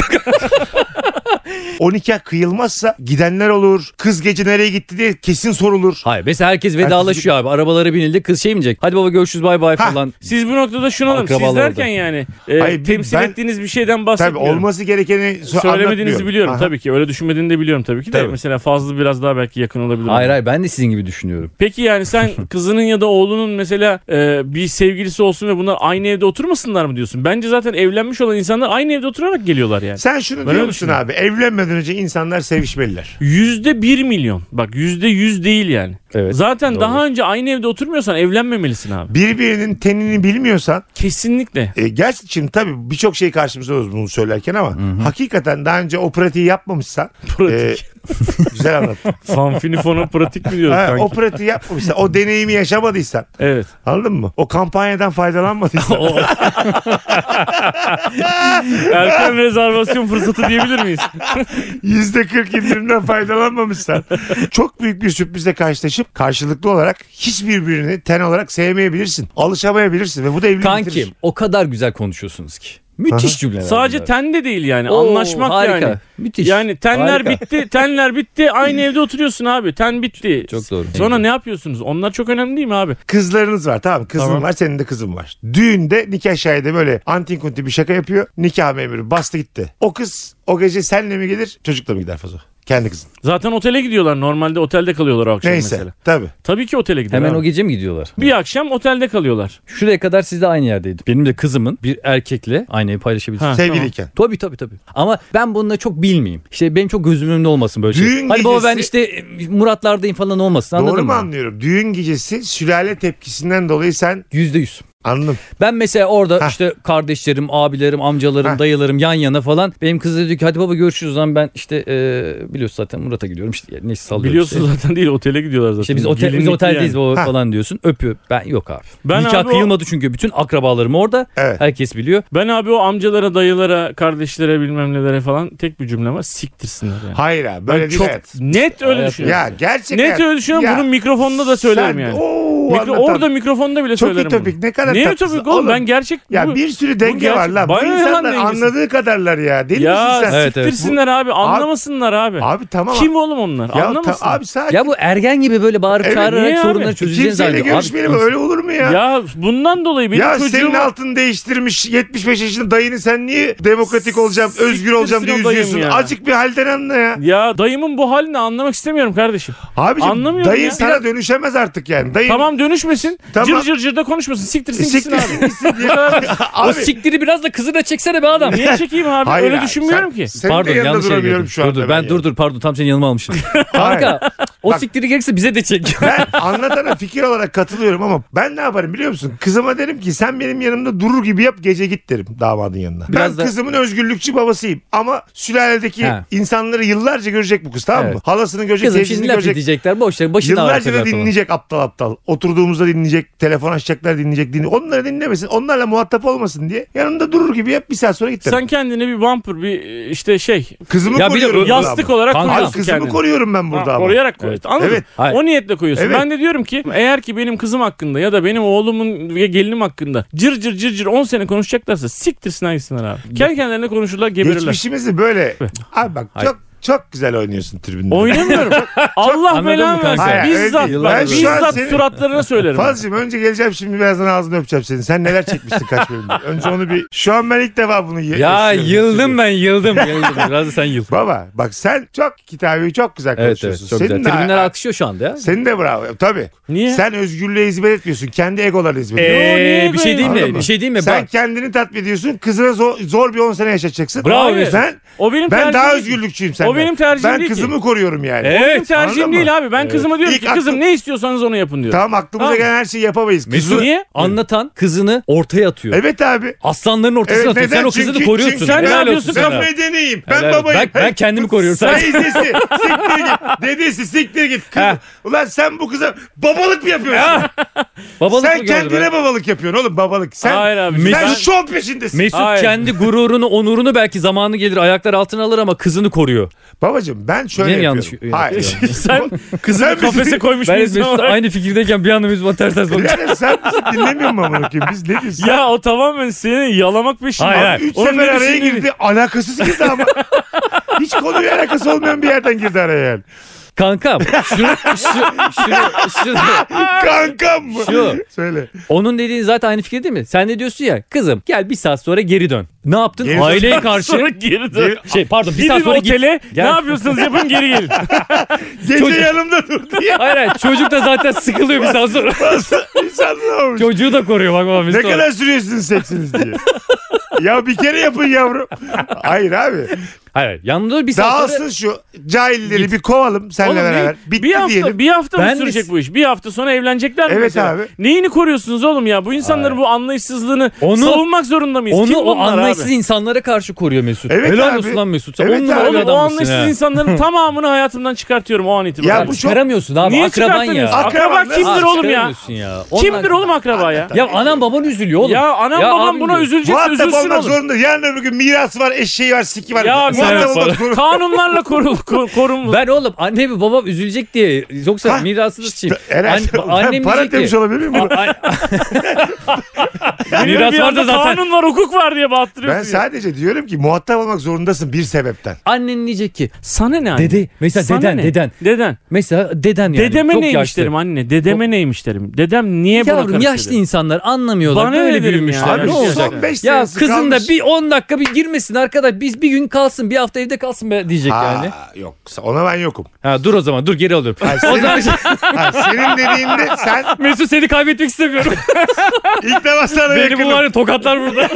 [SPEAKER 1] 12 nikah kıyılmazsa gidenler olur. Kız gece nereye gitti diye kesin sorulur.
[SPEAKER 2] Hayır mesela herkes vedalaşıyor abi. Arabalara binildi kız şey mi diyecek? Hadi baba görüşürüz bay bay
[SPEAKER 1] Ha.
[SPEAKER 2] falan.
[SPEAKER 3] Siz bu noktada şunu alın. Siz
[SPEAKER 2] Akrabalar
[SPEAKER 3] derken
[SPEAKER 2] da.
[SPEAKER 3] yani e,
[SPEAKER 1] Hayır,
[SPEAKER 3] temsil
[SPEAKER 1] ben-
[SPEAKER 3] ettiğiniz bir şeyden
[SPEAKER 1] Tabii
[SPEAKER 3] bahsetmiyorum.
[SPEAKER 1] olması gerekeni so-
[SPEAKER 3] Söylemediğinizi
[SPEAKER 1] anlatmıyorum.
[SPEAKER 3] biliyorum
[SPEAKER 1] Aha.
[SPEAKER 3] tabii ki. Öyle düşünmediğini de biliyorum tabii ki de.
[SPEAKER 2] Tabii.
[SPEAKER 3] Mesela fazla biraz daha belki yakın olabilir.
[SPEAKER 2] Hayır hayır ben de sizin gibi düşünüyorum.
[SPEAKER 3] Peki yani sen kızının ya da oğlunun mesela e, bir sevgilisi olsun ve bunlar aynı evde oturmasınlar mı diyorsun? Bence zaten evlenmiş olan insanlar aynı evde oturarak geliyorlar yani.
[SPEAKER 1] Sen şunu
[SPEAKER 3] öyle
[SPEAKER 1] diyor musun
[SPEAKER 3] düşünüyorum.
[SPEAKER 1] abi? Evlenmeden önce insanlar sevişmeliler.
[SPEAKER 3] Yüzde bir milyon. Bak yüzde yüz değil yani.
[SPEAKER 2] Evet.
[SPEAKER 3] zaten
[SPEAKER 2] doğru.
[SPEAKER 3] daha önce aynı evde oturmuyorsan evlenmemelisin abi.
[SPEAKER 1] Birbirinin tenini bilmiyorsan
[SPEAKER 3] Kesinlikle.
[SPEAKER 1] E, gerçi şimdi tabii birçok şey karşımıza alıyoruz bunu söylerken ama hakikaten daha önce o pratiği yapmamışsan
[SPEAKER 3] Pratik.
[SPEAKER 1] e, güzel anlattın.
[SPEAKER 3] Fanfinifona pratik mi diyoruz
[SPEAKER 1] Ha,
[SPEAKER 3] kanki?
[SPEAKER 1] o pratiği yapmamışsan, o deneyimi yaşamadıysan
[SPEAKER 3] Evet.
[SPEAKER 1] anladın mı? O kampanyadan faydalanmadıysan.
[SPEAKER 3] Erken rezervasyon fırsatı diyebilir miyiz?
[SPEAKER 1] Yüzde kırk indirimden faydalanmamışsan çok büyük bir sürprizle karşılaşıp karşılıklı olarak hiçbirbirini ten olarak sevmeyebilirsin. Alışamayabilirsin ve bu da evliliği bitirir.
[SPEAKER 2] Kankim o kadar güzel konuşuyorsunuz ki. Müthiş cümleler.
[SPEAKER 3] Sadece
[SPEAKER 2] bunlar.
[SPEAKER 3] ten de değil yani.
[SPEAKER 2] Oo,
[SPEAKER 3] Anlaşmak
[SPEAKER 2] harika.
[SPEAKER 3] yani.
[SPEAKER 2] Müthiş.
[SPEAKER 3] Yani tenler
[SPEAKER 2] Harika.
[SPEAKER 3] bitti, tenler bitti. Aynı evde oturuyorsun abi. Ten bitti.
[SPEAKER 2] Çok doğru.
[SPEAKER 3] Sonra ne yapıyorsunuz? Onlar çok önemli değil mi abi?
[SPEAKER 1] Kızlarınız var tamam kızın
[SPEAKER 3] Tamam.
[SPEAKER 1] var senin de kızın var. Düğünde nikah şahidi böyle antin kuntin bir şaka yapıyor. Nikah memuru bastı gitti. O kız o gece senle mi gelir çocukla mı gider Fazo? Kendi kızın.
[SPEAKER 3] Zaten otele gidiyorlar. Normalde otelde kalıyorlar o akşam
[SPEAKER 1] Neyse
[SPEAKER 3] mesela.
[SPEAKER 1] tabii.
[SPEAKER 3] Tabii ki otele gidiyorlar.
[SPEAKER 2] Hemen
[SPEAKER 3] abi.
[SPEAKER 2] o gece mi gidiyorlar?
[SPEAKER 3] bir akşam otelde kalıyorlar.
[SPEAKER 2] Şuraya kadar siz de aynı yerdeydik. Benim de kızımın bir erkekle aynı evi paylaşabilirsiniz.
[SPEAKER 3] Ha.
[SPEAKER 1] Sevgiliyken.
[SPEAKER 2] Tabii tabii tabii. Ama ben bununla çok bilmeyeyim. İşte benim çok gözümün önünde olmasın böyle şey.
[SPEAKER 1] Düğün
[SPEAKER 2] Hadi baba ben
[SPEAKER 1] gecesi-
[SPEAKER 2] işte e, Muratlardayım falan olmasın anladın
[SPEAKER 1] Doğru mu
[SPEAKER 2] mı?
[SPEAKER 1] anlıyorum? Düğün gecesi sülale tepkisinden dolayı sen
[SPEAKER 2] Yüzde yüz.
[SPEAKER 1] anladım.
[SPEAKER 2] Ben mesela orada
[SPEAKER 1] Heh.
[SPEAKER 2] işte kardeşlerim, abilerim, amcalarım,
[SPEAKER 1] Heh.
[SPEAKER 2] dayılarım yan yana falan. Benim kız da diyor ki hadi baba görüşürüz o zaman ben işte e, biliyorsun zaten Murat'a gidiyorum işte yani neyse sallıyorum.
[SPEAKER 3] Biliyorsun
[SPEAKER 2] işte.
[SPEAKER 3] zaten değil otele gidiyorlar zaten.
[SPEAKER 2] İşte biz, otel, biz
[SPEAKER 3] Gelinlikli
[SPEAKER 2] oteldeyiz
[SPEAKER 3] yani.
[SPEAKER 2] baba
[SPEAKER 1] Heh.
[SPEAKER 2] falan diyorsun. Öpüyor. Ben yok abi.
[SPEAKER 3] Ben
[SPEAKER 2] Nikah
[SPEAKER 3] abi o-
[SPEAKER 2] kıyılmadı çünkü bütün akrabalarım orada.
[SPEAKER 1] Evet.
[SPEAKER 2] Herkes biliyor.
[SPEAKER 3] Ben abi o amcalara, dayılara, kardeşlere bilmem nelere falan tek bir cümle var. Siktirsinler yani.
[SPEAKER 1] Hayır abi böyle
[SPEAKER 3] Ben
[SPEAKER 1] değil.
[SPEAKER 3] çok
[SPEAKER 1] hayat.
[SPEAKER 3] net öyle
[SPEAKER 2] Hayat-
[SPEAKER 3] düşünüyorum.
[SPEAKER 1] Ya gerçekten.
[SPEAKER 3] Net öyle düşünüyorum.
[SPEAKER 1] Ya
[SPEAKER 3] Bunu mikrofonda da söylerim
[SPEAKER 1] sen-
[SPEAKER 3] yani.
[SPEAKER 1] Oo,
[SPEAKER 3] Mikro-
[SPEAKER 1] anlatan-
[SPEAKER 3] orada mikrofonda bile
[SPEAKER 1] Çok
[SPEAKER 3] söylerim
[SPEAKER 1] ütopik ne kadar
[SPEAKER 3] bunu. Niye
[SPEAKER 1] tatsız.
[SPEAKER 3] ütopik oğlum? Ben gerçek...
[SPEAKER 1] Ya
[SPEAKER 3] bu-
[SPEAKER 1] bir sürü denge
[SPEAKER 3] gerçek-
[SPEAKER 1] var lan. Bu
[SPEAKER 3] Bana ne lan
[SPEAKER 1] insanlar
[SPEAKER 3] dengesi?
[SPEAKER 1] anladığı kadarlar ya. Deli
[SPEAKER 3] ya
[SPEAKER 1] misin sen?
[SPEAKER 2] Evet, evet.
[SPEAKER 3] siktirsinler abi anlamasınlar abi.
[SPEAKER 1] Abi tamam.
[SPEAKER 3] Kim oğlum onlar?
[SPEAKER 1] Ya, ta-
[SPEAKER 3] Anlamasın.
[SPEAKER 1] abi sakin.
[SPEAKER 2] Ya bu ergen gibi böyle bağırıp
[SPEAKER 1] Evet,
[SPEAKER 2] çağırarak
[SPEAKER 3] niye abi?
[SPEAKER 2] sorunları çözeceğini
[SPEAKER 1] Kimseyle
[SPEAKER 2] zannediyor. Abi,
[SPEAKER 1] görüşmeyelim öyle olur mu ya? Ya,
[SPEAKER 3] ya bundan dolayı benim çocuğum...
[SPEAKER 1] senin altını değiştirmiş 75 yaşında dayını sen niye demokratik olacağım, özgür
[SPEAKER 3] Siktirsin
[SPEAKER 1] olacağım diye
[SPEAKER 3] o dayım
[SPEAKER 1] üzüyorsun?
[SPEAKER 3] ya.
[SPEAKER 1] Azıcık bir halden anla ya.
[SPEAKER 3] Ya dayımın bu halini anlamak istemiyorum kardeşim.
[SPEAKER 1] Abiciğim
[SPEAKER 3] Anlamıyorum
[SPEAKER 1] dayın
[SPEAKER 3] ya.
[SPEAKER 1] sana dönüşemez artık yani. Dayın
[SPEAKER 3] Tamam dönüşmesin.
[SPEAKER 1] E- Tamam.
[SPEAKER 3] Cır cır cır da konuşmasın. Siktirsin
[SPEAKER 1] E,
[SPEAKER 3] gitsin
[SPEAKER 1] siktirsin
[SPEAKER 3] abi.
[SPEAKER 2] O
[SPEAKER 1] abi.
[SPEAKER 2] siktiri biraz da kızına çeksene be adam.
[SPEAKER 3] Niye çekeyim abi?
[SPEAKER 1] Hayır
[SPEAKER 3] Öyle
[SPEAKER 1] abi,
[SPEAKER 3] düşünmüyorum
[SPEAKER 1] sen-
[SPEAKER 3] ki.
[SPEAKER 1] Senin de yanında
[SPEAKER 2] yanlış yere
[SPEAKER 1] duramıyorum
[SPEAKER 2] girdim.
[SPEAKER 1] şu anda.
[SPEAKER 2] Dur dur ben,
[SPEAKER 1] ya.
[SPEAKER 2] dur dur pardon tam senin yanıma almışım. Kanka o
[SPEAKER 1] Bak-
[SPEAKER 2] siktiri gelirse bize de çek.
[SPEAKER 1] Ben anlatana fikir olarak katılıyorum ama ben ne yaparım biliyor musun? Kızıma derim ki sen benim yanımda durur gibi yap gece git derim damadın yanına.
[SPEAKER 2] Biraz
[SPEAKER 1] ben
[SPEAKER 2] da-
[SPEAKER 1] kızımın özgürlükçü babasıyım ama sülaledeki
[SPEAKER 2] He.
[SPEAKER 1] insanları yıllarca görecek bu kız tamam mı?
[SPEAKER 2] Evet.
[SPEAKER 1] Halasını görecek,
[SPEAKER 2] Kızım
[SPEAKER 1] teyzesini
[SPEAKER 2] şimdi laf
[SPEAKER 1] görecek.
[SPEAKER 2] edecekler boş ver başını
[SPEAKER 1] Yıllarca
[SPEAKER 2] ağrıtacak
[SPEAKER 1] da
[SPEAKER 2] falan.
[SPEAKER 1] dinleyecek aptal aptal. Oturduğumuzda dinleyecek, telefon açacaklar dinleyecek. Dinle. Onları dinlemesin, onlarla muhatap olmasın diye yanımda durur gibi yap bir saat sonra git derim.
[SPEAKER 3] Sen kendine bir bumper bir işte şey
[SPEAKER 1] Kızımı
[SPEAKER 2] Ya bir de
[SPEAKER 1] koruyorum.
[SPEAKER 2] ö-
[SPEAKER 1] burada
[SPEAKER 3] yastık
[SPEAKER 1] ama.
[SPEAKER 3] olarak
[SPEAKER 2] Kanka.
[SPEAKER 1] Hayır,
[SPEAKER 2] koyuyorsun
[SPEAKER 3] koyacaksın
[SPEAKER 1] kızımı
[SPEAKER 3] kendine.
[SPEAKER 1] koruyorum ben burada
[SPEAKER 3] Ha,
[SPEAKER 1] ama.
[SPEAKER 3] Koruyarak koy.
[SPEAKER 2] Evet.
[SPEAKER 3] Anladın mı?
[SPEAKER 1] Evet.
[SPEAKER 2] Hayır.
[SPEAKER 3] O niyetle koyuyorsun.
[SPEAKER 1] Evet.
[SPEAKER 3] Ben de diyorum ki eğer ki benim kızım hakkında ya da benim oğlumun ve gelinim hakkında cır cır cır cır 10 sene konuşacaklarsa siktirsin hangisinler abi. Kendi kendilerine konuşurlar geberirler.
[SPEAKER 1] Geçmişimizi böyle. Abi bak
[SPEAKER 2] Şey Hayır.
[SPEAKER 1] çok çok güzel oynuyorsun tribünde.
[SPEAKER 3] Oynamıyorum. Allah
[SPEAKER 2] Anladın mı
[SPEAKER 3] belanı
[SPEAKER 2] kanka?
[SPEAKER 1] Hayır,
[SPEAKER 3] versin.
[SPEAKER 1] öyle
[SPEAKER 3] Bizzat,
[SPEAKER 1] değil. Ben şu an
[SPEAKER 3] bizzat
[SPEAKER 1] seni-
[SPEAKER 3] suratlarına söylerim.
[SPEAKER 1] Fazlıcığım önce geleceğim şimdi birazdan ağzını öpeceğim seni. Sen neler çekmişsin kaç bölümde? Önce onu bir... Şu an ben ilk defa bunu ye-
[SPEAKER 2] Ya
[SPEAKER 1] yaşıyorum.
[SPEAKER 2] yıldım ben yıldım. yıldım. Biraz da sen yıl.
[SPEAKER 1] Baba bak sen çok kitabeyi çok güzel
[SPEAKER 2] Evet evet
[SPEAKER 1] konuşuyorsun.
[SPEAKER 2] çok güzel.
[SPEAKER 1] Senin de-
[SPEAKER 2] Tribünler alkışıyor şu anda ya.
[SPEAKER 1] Senin de bravo. Tabii.
[SPEAKER 3] Niye?
[SPEAKER 1] Sen özgürlüğe hizmet etmiyorsun. Kendi egolarına hizmet ediyorsun.
[SPEAKER 2] Ee,
[SPEAKER 3] niye
[SPEAKER 2] bir şey
[SPEAKER 3] böyle?
[SPEAKER 2] diyeyim mi?
[SPEAKER 1] Anladın
[SPEAKER 2] Bir
[SPEAKER 1] mı?
[SPEAKER 2] şey diyeyim mi?
[SPEAKER 1] Sen
[SPEAKER 2] Bak,
[SPEAKER 1] kendini tatmin ediyorsun. Kızına zor, zor bir 10 sene yaşatacaksın.
[SPEAKER 3] Bravo
[SPEAKER 1] Abi,
[SPEAKER 3] diyorsun.
[SPEAKER 1] Ben,
[SPEAKER 3] O
[SPEAKER 1] ben
[SPEAKER 3] benim tercihim
[SPEAKER 1] daha
[SPEAKER 3] değil.
[SPEAKER 1] özgürlükçüyüm senden.
[SPEAKER 3] O benim tercihim
[SPEAKER 1] Ben
[SPEAKER 3] değil ki.
[SPEAKER 1] kızımı koruyorum yani.
[SPEAKER 3] O benim
[SPEAKER 1] Anladın
[SPEAKER 3] tercihim
[SPEAKER 1] mı?
[SPEAKER 3] değil abi. Ben kızıma diyorum
[SPEAKER 1] İlk
[SPEAKER 3] ki kızım
[SPEAKER 1] aklım-
[SPEAKER 3] ne istiyorsanız onu yapın diyorum.
[SPEAKER 1] Tamam aklımıza
[SPEAKER 3] Tamam.
[SPEAKER 1] gelen her şeyi yapamayız.
[SPEAKER 2] Mesut
[SPEAKER 1] Kızı-
[SPEAKER 3] Niye?
[SPEAKER 2] anlatan kızını ortaya atıyor.
[SPEAKER 1] Evet abi.
[SPEAKER 2] Aslanların ortasına
[SPEAKER 1] Evet,
[SPEAKER 2] atıyor. Sen
[SPEAKER 1] neden?
[SPEAKER 2] o kızını
[SPEAKER 1] Çünkü-
[SPEAKER 2] koruyorsun.
[SPEAKER 1] çünkü
[SPEAKER 3] sen ne
[SPEAKER 2] Helal olsun
[SPEAKER 3] yapıyorsun
[SPEAKER 2] sana.
[SPEAKER 1] Ben medeniyim. Ben
[SPEAKER 2] Helal olsun.
[SPEAKER 1] babayım.
[SPEAKER 2] Ben- ben kendimi koruyorum.
[SPEAKER 1] Sen
[SPEAKER 2] Sen-
[SPEAKER 1] izlesi. siktir git. Dedesi siktir git. Kız-
[SPEAKER 2] Ha.
[SPEAKER 1] Ulan sen bu kıza babalık mı yapıyorsun?
[SPEAKER 2] Babalık mı
[SPEAKER 1] sen
[SPEAKER 2] gördün
[SPEAKER 1] kendine
[SPEAKER 2] be?
[SPEAKER 1] babalık yapıyorsun oğlum babalık. Sen,
[SPEAKER 3] Hayır abi.
[SPEAKER 1] sen
[SPEAKER 3] ben-
[SPEAKER 1] şov peşindesin.
[SPEAKER 2] Mesut
[SPEAKER 3] Hayır.
[SPEAKER 2] kendi gururunu, onurunu belki zamanı gelir ayaklar altına alır ama kızını koruyor.
[SPEAKER 1] Babacım ben şöyle
[SPEAKER 2] Benim yanlış
[SPEAKER 1] yapıyorum.
[SPEAKER 2] yapıyorum.
[SPEAKER 1] Hayır.
[SPEAKER 3] sen kızını
[SPEAKER 1] Sen bizi-
[SPEAKER 3] kafese koymuş
[SPEAKER 2] Ben
[SPEAKER 3] bir
[SPEAKER 2] Mesut'la
[SPEAKER 3] insan olarak-
[SPEAKER 2] aynı fikirdeyken bir anda Mesut'a ters ters bakıyor.
[SPEAKER 1] Birader sen bizi dinlemiyor musun amına koyayım? Biz ne diyorsun?
[SPEAKER 3] Ya o tamamen seni yalamak peşinde.
[SPEAKER 2] Hayır,
[SPEAKER 3] Abi,
[SPEAKER 2] hayır.
[SPEAKER 1] Üç
[SPEAKER 3] onun
[SPEAKER 1] sefer
[SPEAKER 3] ne
[SPEAKER 1] araya
[SPEAKER 3] düşündüğünü-
[SPEAKER 1] girdi. Alakasız girdi ama. Hiç konuyla alakası olmayan bir yerden girdi araya yani.
[SPEAKER 2] Kanka şu, şu, şu, şu,
[SPEAKER 1] Kankam mı?
[SPEAKER 2] Şu.
[SPEAKER 1] Söyle.
[SPEAKER 2] onun dediği zaten aynı fikir değil mi? Sen ne diyorsun ya kızım gel bir saat sonra geri dön. Ne yaptın?
[SPEAKER 1] Geri dön.
[SPEAKER 2] Aileye karşı.
[SPEAKER 3] Sonra geri dön.
[SPEAKER 2] Şey pardon bir saat
[SPEAKER 3] Gidin
[SPEAKER 2] sonra git.
[SPEAKER 3] otele ne
[SPEAKER 2] Gel.
[SPEAKER 3] yapıyorsanız yapın geri gelin.
[SPEAKER 1] Gece
[SPEAKER 2] Çocuk-
[SPEAKER 1] yanımda dur diye.
[SPEAKER 2] Hayır hayır çocuk da zaten sıkılıyor bir saat sonra.
[SPEAKER 1] İnsan ne olmuş?
[SPEAKER 2] Çocuğu da koruyor bak bak
[SPEAKER 1] Ne
[SPEAKER 2] Mesut.
[SPEAKER 1] kadar sürüyorsunuz seksiniz diye. ya bir kere yapın yavrum. Hayır abi.
[SPEAKER 2] Hayır hayır yanında bir saat sonra.
[SPEAKER 1] Dağılsın şu cahilleri bir kovalım seninle
[SPEAKER 3] Oğlum ne-
[SPEAKER 1] beraber. Bitti
[SPEAKER 3] bir hafta,
[SPEAKER 1] diyelim.
[SPEAKER 3] bir hafta
[SPEAKER 2] Ben
[SPEAKER 3] mı
[SPEAKER 2] de-
[SPEAKER 3] sürecek bu iş? Bir hafta sonra evlenecekler mi
[SPEAKER 1] Evet
[SPEAKER 3] mesela?
[SPEAKER 1] abi.
[SPEAKER 3] Neyini koruyorsunuz oğlum ya? Bu insanların bu anlayışsızlığını
[SPEAKER 2] Onu-
[SPEAKER 3] savunmak zorunda mıyız?
[SPEAKER 2] Onu
[SPEAKER 3] Kim
[SPEAKER 2] o
[SPEAKER 3] bunlar
[SPEAKER 2] anlayışsız
[SPEAKER 3] abi?
[SPEAKER 2] insanlara karşı koruyor Mesut.
[SPEAKER 1] Evet
[SPEAKER 2] Helal
[SPEAKER 1] abi.
[SPEAKER 2] olsun lan Mesut. Sen
[SPEAKER 1] Evet
[SPEAKER 2] on numara
[SPEAKER 1] abi.
[SPEAKER 2] bir
[SPEAKER 3] Oğlum o
[SPEAKER 2] adammışsın ha.
[SPEAKER 3] anlayışsız insanların tamamını hayatımdan çıkartıyorum o an itibariyle.
[SPEAKER 1] Ya bu çok-
[SPEAKER 2] Çıkaramıyorsun abi
[SPEAKER 3] Niye
[SPEAKER 2] akraban ya.
[SPEAKER 3] çıkartamıyorsun? Akraba,
[SPEAKER 1] Akraban
[SPEAKER 2] Abi
[SPEAKER 3] kimdir oğlum ya?
[SPEAKER 2] çıkaramıyorsun ya. Ondan-
[SPEAKER 3] Kimdir oğlum akraba ya?
[SPEAKER 2] Ya anam baban üzülüyor oğlum.
[SPEAKER 3] Ya anam babam
[SPEAKER 2] abim
[SPEAKER 3] buna
[SPEAKER 2] diyor.
[SPEAKER 3] üzülecekse
[SPEAKER 1] Muhatap
[SPEAKER 3] üzülsün
[SPEAKER 1] olmak
[SPEAKER 3] oğlum.
[SPEAKER 1] zorunda. Yarın öbür gün mirası var, eşeği var, siki var.
[SPEAKER 3] Ya
[SPEAKER 1] Muhatap
[SPEAKER 3] sen-
[SPEAKER 1] olmak zorunda.
[SPEAKER 3] Kanunlarla koru, ko- korun.
[SPEAKER 2] Ben oğlum anne ve babam üzülecek diye yoksa
[SPEAKER 1] Ha,
[SPEAKER 2] mirasını
[SPEAKER 1] Ta-
[SPEAKER 2] sıçayım.
[SPEAKER 1] Eren,
[SPEAKER 2] An-
[SPEAKER 1] ben
[SPEAKER 2] annem
[SPEAKER 1] para
[SPEAKER 2] diyecek
[SPEAKER 1] demiş
[SPEAKER 2] ki.
[SPEAKER 1] olabilir miyim?
[SPEAKER 2] A- a-
[SPEAKER 3] Benim
[SPEAKER 2] Miras
[SPEAKER 3] bir
[SPEAKER 2] var
[SPEAKER 3] anda
[SPEAKER 2] da zaten.
[SPEAKER 3] Kanun var hukuk var diye
[SPEAKER 1] Ben
[SPEAKER 3] battırıyorsun. ya.
[SPEAKER 1] sadece diyorum ki muhatap olmak zorundasın bir sebepten.
[SPEAKER 2] Annen diyecek ki
[SPEAKER 3] Sana ne anne?
[SPEAKER 2] dede mesela
[SPEAKER 3] Sana
[SPEAKER 2] deden
[SPEAKER 3] ne?
[SPEAKER 2] deden
[SPEAKER 3] Deden.
[SPEAKER 2] mesela deden yani
[SPEAKER 3] Dedeme
[SPEAKER 2] çok
[SPEAKER 3] neymiş
[SPEAKER 2] yaşlı.
[SPEAKER 3] derim anne. Dedeme neymiş derim. Dedem niye buna
[SPEAKER 2] Yavrum
[SPEAKER 3] karıştı?
[SPEAKER 2] yaşlı
[SPEAKER 3] derim.
[SPEAKER 2] insanlar anlamıyorlar.
[SPEAKER 3] Bana
[SPEAKER 2] Böyle
[SPEAKER 3] ne derim
[SPEAKER 2] büyümüşler.
[SPEAKER 3] ya?
[SPEAKER 1] Abi
[SPEAKER 2] ne
[SPEAKER 3] son
[SPEAKER 2] olacak?
[SPEAKER 1] son 5
[SPEAKER 2] Ya kızın da bir 10 dakika bir girmesin arkadaş. Biz bir gün kalsın bir hafta evde kalsın be diyecek yani.
[SPEAKER 1] Yok ona ben yokum.
[SPEAKER 2] Ha dur o zaman dur geri alıyorum.
[SPEAKER 1] Hayır,
[SPEAKER 2] o
[SPEAKER 1] senin-
[SPEAKER 2] zaman
[SPEAKER 1] Ha, senin dediğinde sen
[SPEAKER 2] Mesut seni kaybetmek istemiyorum.
[SPEAKER 1] ilk defa sana
[SPEAKER 2] Beni bu
[SPEAKER 1] yakınım.
[SPEAKER 2] var ya tokatlar burada.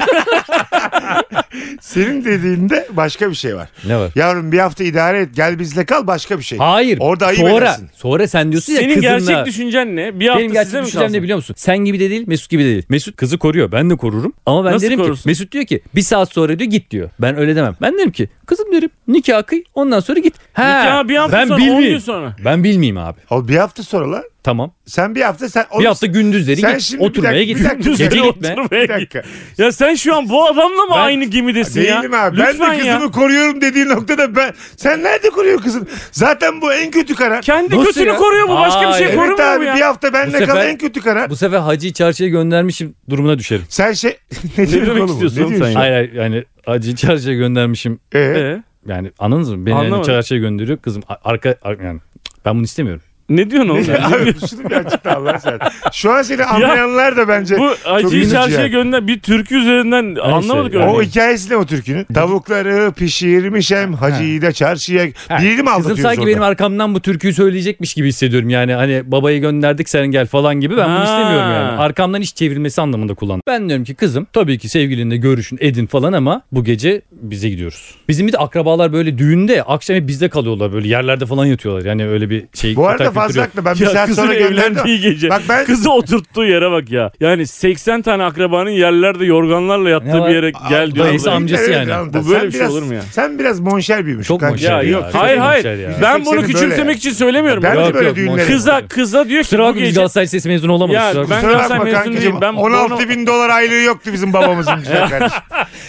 [SPEAKER 1] Senin dediğinde başka bir şey var.
[SPEAKER 2] Ne var?
[SPEAKER 1] Yavrum bir hafta idare et gel bizle kal başka bir şey.
[SPEAKER 2] Hayır.
[SPEAKER 1] Orada ayıp
[SPEAKER 2] sonra,
[SPEAKER 1] edersin.
[SPEAKER 2] Sonra sen diyorsun ya
[SPEAKER 3] Senin
[SPEAKER 2] kızınla.
[SPEAKER 3] gerçek düşüncen ne? Bir
[SPEAKER 2] benim
[SPEAKER 3] hafta size
[SPEAKER 2] gerçek
[SPEAKER 3] mi
[SPEAKER 2] düşüncem
[SPEAKER 3] kalsın?
[SPEAKER 2] ne biliyor musun? Sen gibi de değil, Mesut gibi de değil. Mesut kızı koruyor, ben de korurum. Ama ben
[SPEAKER 3] Nasıl
[SPEAKER 2] derim ki,
[SPEAKER 3] korursun?
[SPEAKER 2] Mesut diyor ki bir saat sonra diyor git diyor. Ben öyle demem. Ben derim ki kızım derim nikah kıy ondan sonra git. Ha,
[SPEAKER 3] Nikah bir hafta
[SPEAKER 2] ben
[SPEAKER 3] sonra, on
[SPEAKER 2] bilmeyeyim.
[SPEAKER 3] gün sonra.
[SPEAKER 2] Ben bilmeyeyim abi.
[SPEAKER 1] O bir hafta sonra lan.
[SPEAKER 2] Tamam.
[SPEAKER 1] Sen bir hafta sen
[SPEAKER 2] bir hafta gündüzleri
[SPEAKER 1] sen
[SPEAKER 2] git.
[SPEAKER 1] şimdi bir
[SPEAKER 2] Oturmaya
[SPEAKER 1] dakika-
[SPEAKER 2] git.
[SPEAKER 1] bir dakika-
[SPEAKER 2] Gece
[SPEAKER 1] Sen
[SPEAKER 2] gitme.
[SPEAKER 3] oturmaya
[SPEAKER 1] bir
[SPEAKER 3] git.
[SPEAKER 1] dakika.
[SPEAKER 3] Ya sen şu an bu adamla mı
[SPEAKER 2] Ben-
[SPEAKER 3] aynı gemidesin ya?
[SPEAKER 1] Değilim abi. Ben de
[SPEAKER 3] Lütfen
[SPEAKER 1] kızımı
[SPEAKER 3] ya.
[SPEAKER 1] koruyorum dediğin noktada ben. Sen nerede koruyorsun kızın? Zaten bu en kötü karar.
[SPEAKER 3] Kendi
[SPEAKER 2] Nasıl
[SPEAKER 3] götünü
[SPEAKER 2] ya?
[SPEAKER 3] koruyor bu başka bir
[SPEAKER 2] Hayır.
[SPEAKER 3] şey
[SPEAKER 1] evet
[SPEAKER 3] korumuyor mu
[SPEAKER 1] abi
[SPEAKER 3] ya?
[SPEAKER 1] bir hafta benle
[SPEAKER 2] Bu
[SPEAKER 1] kal
[SPEAKER 2] sefer-
[SPEAKER 1] en kötü karar.
[SPEAKER 2] Bu sefer Hacı'yı çarşıya göndermişim durumuna düşerim.
[SPEAKER 1] Sen şey ne, diyorsun
[SPEAKER 3] demek
[SPEAKER 1] oğlum?
[SPEAKER 3] istiyorsun
[SPEAKER 1] Ne
[SPEAKER 3] oğlum sen
[SPEAKER 1] diyorsun?
[SPEAKER 2] Hayır hayır yani Hacı'yı çarşıya göndermişim.
[SPEAKER 1] Ee?
[SPEAKER 3] Ee,
[SPEAKER 2] Yani anladınız mı? Beni yani
[SPEAKER 3] Anlamadım.
[SPEAKER 2] çarşıya gönderiyor kızım. a- Arka, ar- yani ben bunu istemiyorum.
[SPEAKER 3] ne diyorsun oğlum?
[SPEAKER 1] Ya
[SPEAKER 3] ya?
[SPEAKER 1] abi şunu bir açıkla Allah sen. Şu an seni anlayanlar da bence
[SPEAKER 3] Bu acıyı
[SPEAKER 1] üzücü
[SPEAKER 3] çarşıya
[SPEAKER 1] yani.
[SPEAKER 3] gönder bir türkü üzerinden
[SPEAKER 2] şey
[SPEAKER 3] anlamadık
[SPEAKER 2] yani.
[SPEAKER 3] örneği.
[SPEAKER 1] o hikayesi ne o türkünün? Tavukları pişirmişem hacıyı da çarşıya.
[SPEAKER 2] Ha.
[SPEAKER 1] Birini mi
[SPEAKER 2] Kızım
[SPEAKER 1] aldatıyoruz
[SPEAKER 2] sanki
[SPEAKER 1] orada?
[SPEAKER 2] benim arkamdan bu türküyü söyleyecekmiş gibi hissediyorum. Yani hani babayı gönderdik sen gel falan gibi ben bunu
[SPEAKER 3] Ha.
[SPEAKER 2] istemiyorum yani. Arkamdan iş çevrilmesi anlamında kullan. Ben diyorum ki kızım tabii ki sevgilinle görüşün edin falan ama bu gece bize gidiyoruz. Bizim bir de akrabalar böyle düğünde akşam hep bizde kalıyorlar böyle yerlerde falan yatıyorlar. Yani öyle bir şey.
[SPEAKER 1] Bu
[SPEAKER 2] yatak
[SPEAKER 1] arada
[SPEAKER 2] kültürü
[SPEAKER 1] fazla
[SPEAKER 2] yok.
[SPEAKER 1] haklı. Ben bir
[SPEAKER 3] Ya
[SPEAKER 1] saat
[SPEAKER 3] kızın
[SPEAKER 1] sonra gönderdim.
[SPEAKER 3] evlendiği gece.
[SPEAKER 1] Bak ben
[SPEAKER 3] Kızı oturttuğu yere bak ya. Yani 80 tane akrabanın yerlerde yorganlarla
[SPEAKER 2] Ne
[SPEAKER 3] yattığı
[SPEAKER 2] var?
[SPEAKER 3] bir yere gel diyor.
[SPEAKER 2] dayısı
[SPEAKER 3] Adam.
[SPEAKER 2] amca- amcası
[SPEAKER 1] Evet,
[SPEAKER 2] yani.
[SPEAKER 1] anladım.
[SPEAKER 3] Bu böyle
[SPEAKER 1] Sen
[SPEAKER 3] bir şey
[SPEAKER 1] biraz-
[SPEAKER 3] olur mu ya?
[SPEAKER 1] Sen biraz monşer büyümüşsün.
[SPEAKER 2] Çok
[SPEAKER 1] kanka.
[SPEAKER 2] monşer
[SPEAKER 3] Ya
[SPEAKER 2] ya.
[SPEAKER 3] yok.
[SPEAKER 2] Çok
[SPEAKER 3] Hayır hayır.
[SPEAKER 2] monşer ya.
[SPEAKER 3] Ben bunu
[SPEAKER 1] Sekseni
[SPEAKER 3] küçümsemek
[SPEAKER 1] böyle.
[SPEAKER 3] için söylemiyorum.
[SPEAKER 1] Ben
[SPEAKER 3] Bak,
[SPEAKER 1] de böyle
[SPEAKER 2] yok,
[SPEAKER 1] düğünlere.
[SPEAKER 2] monşer.
[SPEAKER 3] Kıza kıza diyor ki
[SPEAKER 2] Kusura
[SPEAKER 3] bu
[SPEAKER 2] bakma biz
[SPEAKER 3] gece
[SPEAKER 2] Galatasaray Lisesi mezunu olamadık.
[SPEAKER 3] Ya
[SPEAKER 2] kusura bakma.
[SPEAKER 3] ben-
[SPEAKER 1] Kusura
[SPEAKER 3] Galatasaray
[SPEAKER 1] bakma
[SPEAKER 3] mezunu
[SPEAKER 1] kankacığım.
[SPEAKER 3] değilim. Ben
[SPEAKER 1] 16
[SPEAKER 3] bunu-
[SPEAKER 1] bin dolar aylığı yoktu bizim babamızın güzel kardeşim.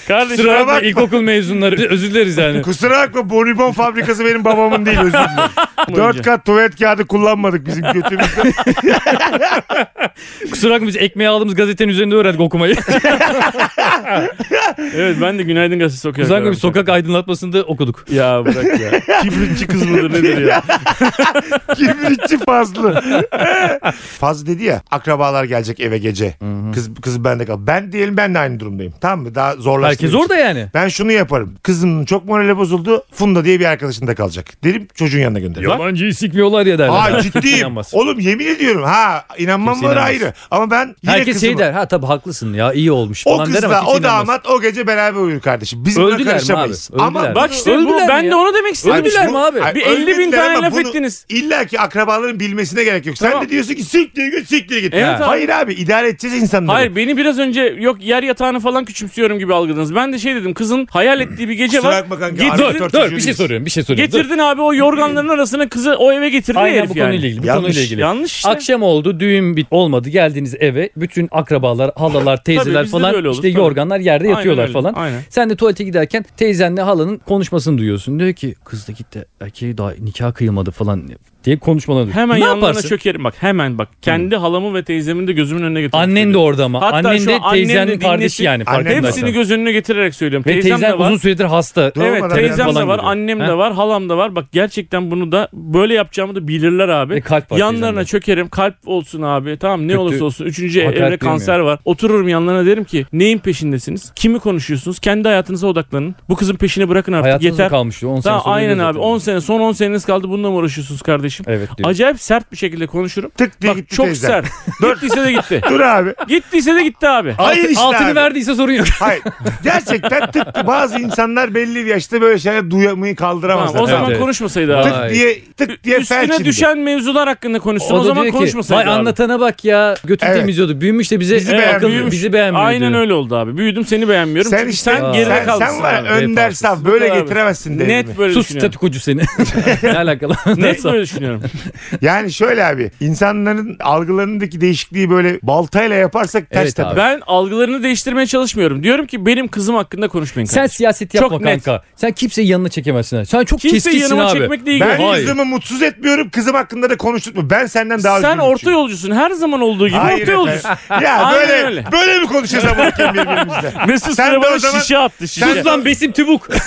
[SPEAKER 3] kardeşim
[SPEAKER 2] Kusura bakma,
[SPEAKER 1] bakma.
[SPEAKER 2] ilkokul mezunları özür dileriz yani.
[SPEAKER 1] Kusura bakma bonibon fabrikası benim babamın değil özür dilerim. 4 kat tuvalet kağıdı kullanmadık bizim götümüzde.
[SPEAKER 2] Kusura bakma biz ekmeği aldığımız gazetenin üzerinde öğrendik okumayı.
[SPEAKER 3] Evet ben de Günaydın Gazetesi okuyarak.
[SPEAKER 2] Kusura bakma biz
[SPEAKER 3] öğrenmiştim.
[SPEAKER 2] sokak aydınlatmasında okuduk.
[SPEAKER 3] Ya bırak ya. Kibritçi kız mıdır nedir ya?
[SPEAKER 1] Kibritçi Fazlı. Fazlı dedi ya akrabalar gelecek eve gece. Kız kız bende kal. Ben diyelim ben de aynı durumdayım. Tamam mı? Daha zorlaştı.
[SPEAKER 2] Herkes orada yani.
[SPEAKER 1] Ben şunu yaparım. Kızım çok morali bozuldu. Funda diye bir arkadaşında kalacak. Derim çocuğun yanına gönderirim.
[SPEAKER 2] Yalancıyı sikmiyorlar ya derler.
[SPEAKER 1] Aa ciddiyim.
[SPEAKER 2] İnanmaz.
[SPEAKER 1] Oğlum yemin ediyorum. Ha
[SPEAKER 2] Kimse
[SPEAKER 1] inanmamları
[SPEAKER 2] inanmaz.
[SPEAKER 1] ayrı. Ama ben yine
[SPEAKER 2] Herkes
[SPEAKER 1] kızımı-
[SPEAKER 2] şey der. Ha tabii haklısın ya iyi olmuş
[SPEAKER 1] O
[SPEAKER 2] falan der ama
[SPEAKER 1] kızla
[SPEAKER 2] kimse
[SPEAKER 1] o
[SPEAKER 2] inanmaz.
[SPEAKER 1] damat o gece beraber uyur kardeşim. Biz buna
[SPEAKER 2] Öldüler mi
[SPEAKER 1] karışamayız.
[SPEAKER 2] abi? Öldüler
[SPEAKER 1] Ama
[SPEAKER 2] mi?
[SPEAKER 3] Bak işte bu,
[SPEAKER 2] Öldüler
[SPEAKER 3] ben
[SPEAKER 2] ya.
[SPEAKER 3] de onu demek istedim.
[SPEAKER 2] Öldüler
[SPEAKER 3] Öldüler
[SPEAKER 2] mi abi?
[SPEAKER 1] Ay,
[SPEAKER 3] Bir 50 bin
[SPEAKER 1] öldüler
[SPEAKER 3] tane
[SPEAKER 1] ama
[SPEAKER 3] laf
[SPEAKER 1] bunu
[SPEAKER 3] ettiniz.
[SPEAKER 1] İlla ki akrabaların bilmesine gerek yok. Sen
[SPEAKER 3] Tamam.
[SPEAKER 1] de diyorsun ki siktir git siktir git.
[SPEAKER 3] Evet abi.
[SPEAKER 1] Hayır abi idare edeceğiz insanları.
[SPEAKER 3] Hayır beni biraz önce yok yer yatağını falan küçümsüyorum gibi algıladınız. Ben de şey dedim kızın hayal ettiği bir gece
[SPEAKER 1] Kusura
[SPEAKER 3] var.
[SPEAKER 1] bakma kanka,
[SPEAKER 3] Getirdin,
[SPEAKER 1] Dört
[SPEAKER 2] Dur,
[SPEAKER 1] çocuğu
[SPEAKER 2] dur bir şey
[SPEAKER 1] değiliz.
[SPEAKER 2] soruyorum bir şey soruyorum. Dur.
[SPEAKER 3] getirdin abi o yorganların arasına kızı o eve getirdi ya
[SPEAKER 2] Aynen
[SPEAKER 3] herif
[SPEAKER 2] bu
[SPEAKER 3] yani.
[SPEAKER 2] konuyla ilgili. Bu
[SPEAKER 1] Yanlış.
[SPEAKER 2] konuyla ilgili.
[SPEAKER 3] Yanlış işte.
[SPEAKER 2] Akşam oldu düğün bit olmadı geldiniz eve bütün akrabalar halalar teyzeler
[SPEAKER 3] bizde de
[SPEAKER 2] falan
[SPEAKER 3] öyle olur,
[SPEAKER 2] işte
[SPEAKER 3] tabii.
[SPEAKER 2] yorganlar yerde
[SPEAKER 3] Aynen
[SPEAKER 2] yatıyorlar
[SPEAKER 3] öyle,
[SPEAKER 2] falan.
[SPEAKER 3] Aynen.
[SPEAKER 2] Sen de tuvalete giderken teyzenle halanın konuşmasını duyuyorsun. Diyor ki kız da gitti erkeği daha nikah kıyılmadı falan diye konuşmalarını duyuyorsun.
[SPEAKER 3] Hemen
[SPEAKER 2] ne
[SPEAKER 3] yanlarına
[SPEAKER 2] yaparsın?
[SPEAKER 3] çökerim bak hemen bak. Kendi halamı ve teyzemi de gözümün önüne getirdim.
[SPEAKER 2] Annen de orada ama.
[SPEAKER 3] Hatta
[SPEAKER 2] annen
[SPEAKER 3] şu
[SPEAKER 2] de
[SPEAKER 3] an annem de
[SPEAKER 2] teyzenin kardeşi
[SPEAKER 3] dinlesin.
[SPEAKER 2] yani
[SPEAKER 1] Annem-
[SPEAKER 2] farkındaysan.
[SPEAKER 3] Hepsini göz önüne getirerek söylüyorum.
[SPEAKER 2] Ve
[SPEAKER 3] teyzem, de
[SPEAKER 2] teyzen
[SPEAKER 3] var.
[SPEAKER 2] uzun süredir hasta.
[SPEAKER 1] Doğru
[SPEAKER 3] evet
[SPEAKER 1] bana
[SPEAKER 3] teyzem
[SPEAKER 2] falan
[SPEAKER 3] de var,
[SPEAKER 2] görüyor.
[SPEAKER 3] annem
[SPEAKER 2] Ha?
[SPEAKER 3] de var, halam da var. Bak gerçekten bunu da böyle yapacağımı da bilirler abi.
[SPEAKER 2] Ve E, kalp var
[SPEAKER 3] yanlarına
[SPEAKER 2] teyzemde.
[SPEAKER 3] çökerim. Kalp olsun abi. Tamam ne
[SPEAKER 2] Kötü.
[SPEAKER 3] olursa olsun. Üçüncü
[SPEAKER 2] Hakaret
[SPEAKER 3] evre
[SPEAKER 2] demiyor.
[SPEAKER 3] kanser var. Otururum yanlarına derim ki neyin peşindesiniz? Kimi konuşuyorsunuz? Kendi hayatınıza odaklanın. Bu kızın peşini bırakın artık.
[SPEAKER 2] Hayatınızda
[SPEAKER 3] Yeter.
[SPEAKER 2] kalmış diyor. 10 sene
[SPEAKER 3] Tamam
[SPEAKER 2] sonra
[SPEAKER 3] aynen
[SPEAKER 2] ölüyor
[SPEAKER 3] abi.
[SPEAKER 2] zaten.
[SPEAKER 3] 10 sene son 10 seneniz kaldı. Bununla mı uğraşıyorsunuz kardeşim?
[SPEAKER 2] Evet diyor.
[SPEAKER 3] Acayip sert bir şekilde konuşurum.
[SPEAKER 1] Tık diye
[SPEAKER 3] Bak
[SPEAKER 1] gitti
[SPEAKER 3] çok
[SPEAKER 1] teyzem.
[SPEAKER 3] sert. Gittiyse de gitti.
[SPEAKER 1] Dur abi.
[SPEAKER 3] Gittiyse de gitti abi.
[SPEAKER 1] Hayır
[SPEAKER 2] Altı-
[SPEAKER 1] işte
[SPEAKER 2] altını
[SPEAKER 1] abi.
[SPEAKER 2] verdiyse sorun yok.
[SPEAKER 1] Hayır. Gerçekten tık bazı insanlar belli bir yaşta böyle şeyler duyamayı
[SPEAKER 3] Tamam,
[SPEAKER 1] kaldıramazlar.
[SPEAKER 3] o zaman
[SPEAKER 2] evet.
[SPEAKER 3] konuşmasaydı abi.
[SPEAKER 1] Tık
[SPEAKER 2] Ay.
[SPEAKER 1] diye tık diye felç
[SPEAKER 3] Üstüne
[SPEAKER 1] indi.
[SPEAKER 3] düşen mevzular hakkında konuşsun. O,
[SPEAKER 2] da
[SPEAKER 3] zaman
[SPEAKER 2] diyor ki,
[SPEAKER 3] konuşmasaydı
[SPEAKER 2] Vay
[SPEAKER 3] abi.
[SPEAKER 2] anlatana bak ya. Götünü
[SPEAKER 1] Evet.
[SPEAKER 2] temizliyordu. Büyümüş de bize
[SPEAKER 1] Bizi
[SPEAKER 2] bizi
[SPEAKER 1] beğenmiyor.
[SPEAKER 2] beğenmiyor. Bizi beğenmiyor
[SPEAKER 3] Aynen
[SPEAKER 2] diyor.
[SPEAKER 3] öyle oldu abi. Büyüdüm seni beğenmiyorum.
[SPEAKER 1] Sen
[SPEAKER 3] Çünkü
[SPEAKER 1] işte
[SPEAKER 3] sen
[SPEAKER 2] Aa.
[SPEAKER 3] geride
[SPEAKER 1] sen,
[SPEAKER 3] kalmışsın.
[SPEAKER 1] sen var ya
[SPEAKER 3] abi.
[SPEAKER 1] önder
[SPEAKER 2] Beyefendi.
[SPEAKER 1] saf böyle
[SPEAKER 3] Bu kadar.
[SPEAKER 1] getiremezsin devrimi.
[SPEAKER 3] Net böyle
[SPEAKER 2] Sus
[SPEAKER 3] düşünüyorum.
[SPEAKER 2] statikocu seni. ne alakalı?
[SPEAKER 3] Net böyle düşünüyorum.
[SPEAKER 1] Yani şöyle abi insanların algılarındaki değişikliği böyle baltayla yaparsak ters
[SPEAKER 2] Evet abi.
[SPEAKER 1] teper.
[SPEAKER 3] ben algılarını değiştirmeye çalışmıyorum. Diyorum ki benim kızım hakkında konuşmayın.
[SPEAKER 2] Sen
[SPEAKER 3] kardeşim.
[SPEAKER 2] siyaset
[SPEAKER 3] Çok
[SPEAKER 2] yapma
[SPEAKER 3] net.
[SPEAKER 2] kanka. Sen kimseyi yanına çekemezsin. ha. Sen çok
[SPEAKER 3] Kimseyi
[SPEAKER 2] keskinsin
[SPEAKER 3] yanıma
[SPEAKER 2] abi.
[SPEAKER 3] çekmekle ilgili.
[SPEAKER 1] Ben
[SPEAKER 2] Hayır.
[SPEAKER 1] kızımı mutsuz etmiyorum. Kızım hakkında da konuşturtma. Ben senden daha
[SPEAKER 3] sen
[SPEAKER 1] üzgünüm
[SPEAKER 3] orta
[SPEAKER 1] çünkü.
[SPEAKER 3] yolcusun. Her zaman olduğu gibi
[SPEAKER 1] Hayır
[SPEAKER 3] orta yolcusun.
[SPEAKER 1] efendim. Ya
[SPEAKER 3] Aynen
[SPEAKER 1] böyle
[SPEAKER 3] öyle.
[SPEAKER 1] böyle mi konuşacağız ama birbirimizle?
[SPEAKER 3] Mesut
[SPEAKER 1] Sen de
[SPEAKER 3] Süre
[SPEAKER 1] o
[SPEAKER 3] bana
[SPEAKER 1] zaman-
[SPEAKER 3] şişe attı. Şişe.
[SPEAKER 2] Sus lan Besim Tübük.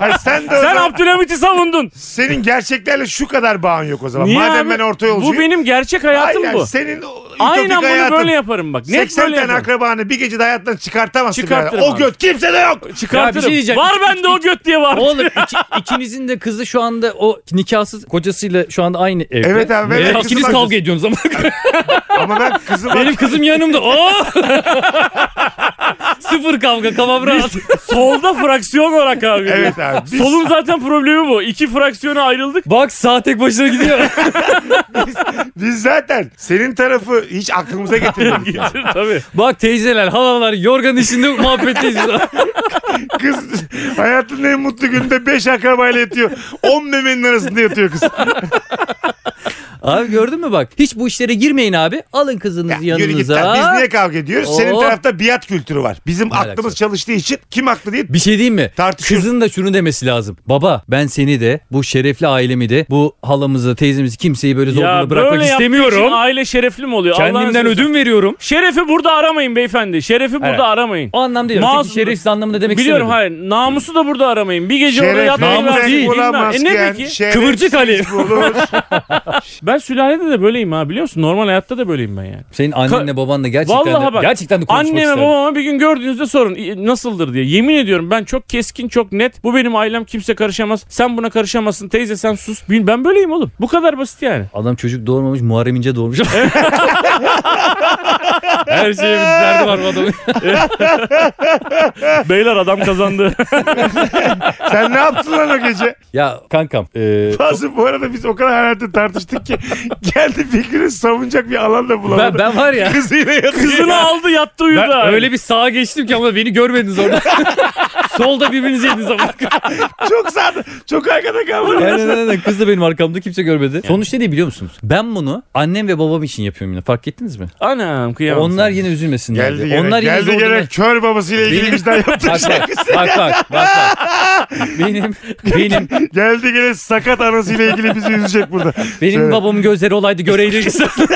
[SPEAKER 1] Hayır, sen de o
[SPEAKER 3] Sen
[SPEAKER 1] zaman-
[SPEAKER 3] Abdülhamit'i savundun.
[SPEAKER 1] senin gerçeklerle şu kadar bağın yok o zaman.
[SPEAKER 3] Niye
[SPEAKER 1] Madem
[SPEAKER 3] abi?
[SPEAKER 1] ben orta yolcuyum.
[SPEAKER 3] Bu benim gerçek hayatım
[SPEAKER 1] Aynen,
[SPEAKER 3] bu.
[SPEAKER 1] Senin o ütopik
[SPEAKER 3] Aynen bunu
[SPEAKER 1] hayatın.
[SPEAKER 3] böyle yaparım bak. Net
[SPEAKER 1] 80
[SPEAKER 3] böyle
[SPEAKER 1] tane
[SPEAKER 3] yaparım.
[SPEAKER 1] akrabanı bir gecede hayattan çıkartamazsın.
[SPEAKER 3] Çıkartırım
[SPEAKER 1] yani. O
[SPEAKER 3] abi.
[SPEAKER 1] göt kimse de yok.
[SPEAKER 2] Ya bir şey
[SPEAKER 3] Çıkartırım.
[SPEAKER 2] diyeceğim.
[SPEAKER 3] var bende o göt diye var.
[SPEAKER 2] Oğlum iki, ikinizin de kızı şu anda o nikahsız kocasıyla şu anda aynı evde.
[SPEAKER 1] Evet abi, ben
[SPEAKER 2] Ee,
[SPEAKER 1] de kızım
[SPEAKER 2] ikiniz
[SPEAKER 1] var.
[SPEAKER 2] kavga ediyorsunuz ama
[SPEAKER 1] Ama ben kızım
[SPEAKER 2] benim kızım yanımda. Oo! Sıfır kavga kafam rahat.
[SPEAKER 3] Solda fraksiyon olarak abi.
[SPEAKER 1] Evet abi. Biz,
[SPEAKER 3] Solun zaten problemi bu. İki fraksiyona ayrıldık.
[SPEAKER 2] Bak sağ tek başına gidiyor.
[SPEAKER 1] biz zaten senin tarafı hiç aklımıza getirmedik. ya.
[SPEAKER 3] Getir tabii.
[SPEAKER 2] Bak teyzeler halalar yorgan içinde muhabbetteyiz.
[SPEAKER 1] Kız hayatının en mutlu gününde 5 akrabayla yatıyor. 10 memenin arasında yatıyor kız.
[SPEAKER 2] abi gördün mü bak hiç bu işlere girmeyin abi. Alın
[SPEAKER 1] Ya,
[SPEAKER 2] kızınızı
[SPEAKER 1] yürü git
[SPEAKER 2] yanınıza.
[SPEAKER 1] lan. Biz niye kavga ediyoruz? Senin
[SPEAKER 2] Oo.
[SPEAKER 1] tarafta biat kültürü var. Bizim
[SPEAKER 2] Ne
[SPEAKER 1] aklımız
[SPEAKER 2] alakası?
[SPEAKER 1] çalıştığı için kim haklı diye
[SPEAKER 2] Bir şey diyeyim mi?
[SPEAKER 1] tartışıyoruz.
[SPEAKER 2] Kızın da şunu demesi lazım. Baba ben seni de bu şerefli ailemi de bu halamızı teyzemizi kimseyi böyle zorla bırakmak
[SPEAKER 3] yaptığı için
[SPEAKER 2] istemiyorum.
[SPEAKER 3] aile şerefli mi oluyor? Allah'ın
[SPEAKER 2] Kendimden
[SPEAKER 3] sözü.
[SPEAKER 2] ödün veriyorum.
[SPEAKER 3] Şerefi burada aramayın beyefendi. Şerefi
[SPEAKER 2] Evet.
[SPEAKER 3] burada aramayın.
[SPEAKER 2] O anlamda diyorum. Çünkü
[SPEAKER 3] Masum-
[SPEAKER 2] şerefsiz anlamında demek
[SPEAKER 3] Biliyorum
[SPEAKER 2] istemedim.
[SPEAKER 3] hayır. Namusu da burada aramayın. Bir gece orada
[SPEAKER 1] Şerefli
[SPEAKER 3] yatmayın.
[SPEAKER 2] namus
[SPEAKER 3] ben-
[SPEAKER 2] değil.
[SPEAKER 3] bilmem.
[SPEAKER 1] bulamaz
[SPEAKER 3] E ne
[SPEAKER 1] diyen
[SPEAKER 3] peki?
[SPEAKER 1] şerefsiz
[SPEAKER 2] Kıvırcık Ali.
[SPEAKER 1] bulur.
[SPEAKER 3] Ben sülalede de böyleyim ha biliyor musun? Normal hayatta da böyleyim ben yani.
[SPEAKER 2] Senin annenle babanla gerçekten
[SPEAKER 3] Vallahi
[SPEAKER 2] de,
[SPEAKER 3] bak,
[SPEAKER 2] gerçekten de konuşmak
[SPEAKER 3] Anneme
[SPEAKER 2] isterdim.
[SPEAKER 3] babama bir gün gördüğünüzde sorun "İ- nasıldır diye. Yemin ediyorum ben çok keskin çok net. Bu benim ailem kimse karışamaz. Sen buna karışamazsın. Teyze sen sus. Bil- Ben böyleyim oğlum. Bu kadar basit yani.
[SPEAKER 2] Adam çocuk doğurmamış Muharrem İnce doğurmuş.
[SPEAKER 3] Her
[SPEAKER 1] şey
[SPEAKER 3] şeye bir
[SPEAKER 2] Derdi var bu adamın.
[SPEAKER 3] Beyler adam kazandı.
[SPEAKER 1] Sen ne yaptın lan o gece?
[SPEAKER 2] ya kankam. e,
[SPEAKER 1] Bazı bu arada biz o kadar hayatı tartıştık ki geldi fikrini savunacak bir alan da bulamadı.
[SPEAKER 2] ben, ben var ya.
[SPEAKER 1] Kızıyla yatıyor.
[SPEAKER 3] Kızını aldı yattı uyudu.
[SPEAKER 2] Ben öyle bir sağa geçtim ki ama beni görmediniz orada.
[SPEAKER 3] Solda birbirinizi yediniz ama.
[SPEAKER 1] çok sağda. Çok arkada kaldım.
[SPEAKER 2] Yani ne, ne, ne, kız da benim arkamda kimse görmedi. Sonuç ne diye biliyor musunuz? Ben bunu annem ve babam için yapıyorum yine. Fark ettiniz mi?
[SPEAKER 3] Anam kıyamam.
[SPEAKER 2] Onlar yine üzülmesinler.
[SPEAKER 1] Geldi
[SPEAKER 2] diye.
[SPEAKER 1] gene,
[SPEAKER 2] Onlar yine
[SPEAKER 1] geldi
[SPEAKER 2] zorluğuna-
[SPEAKER 1] gene kör babasıyla ilgili
[SPEAKER 2] Benim-
[SPEAKER 1] vicdan yaptı.
[SPEAKER 2] Bak bak bak bak bak. bak. Benim benim
[SPEAKER 1] geldi gene sakat anasıyla ilgili bizi üzecek burada.
[SPEAKER 2] benim
[SPEAKER 1] Şöyle.
[SPEAKER 2] babamın gözleri olaydı göreydi.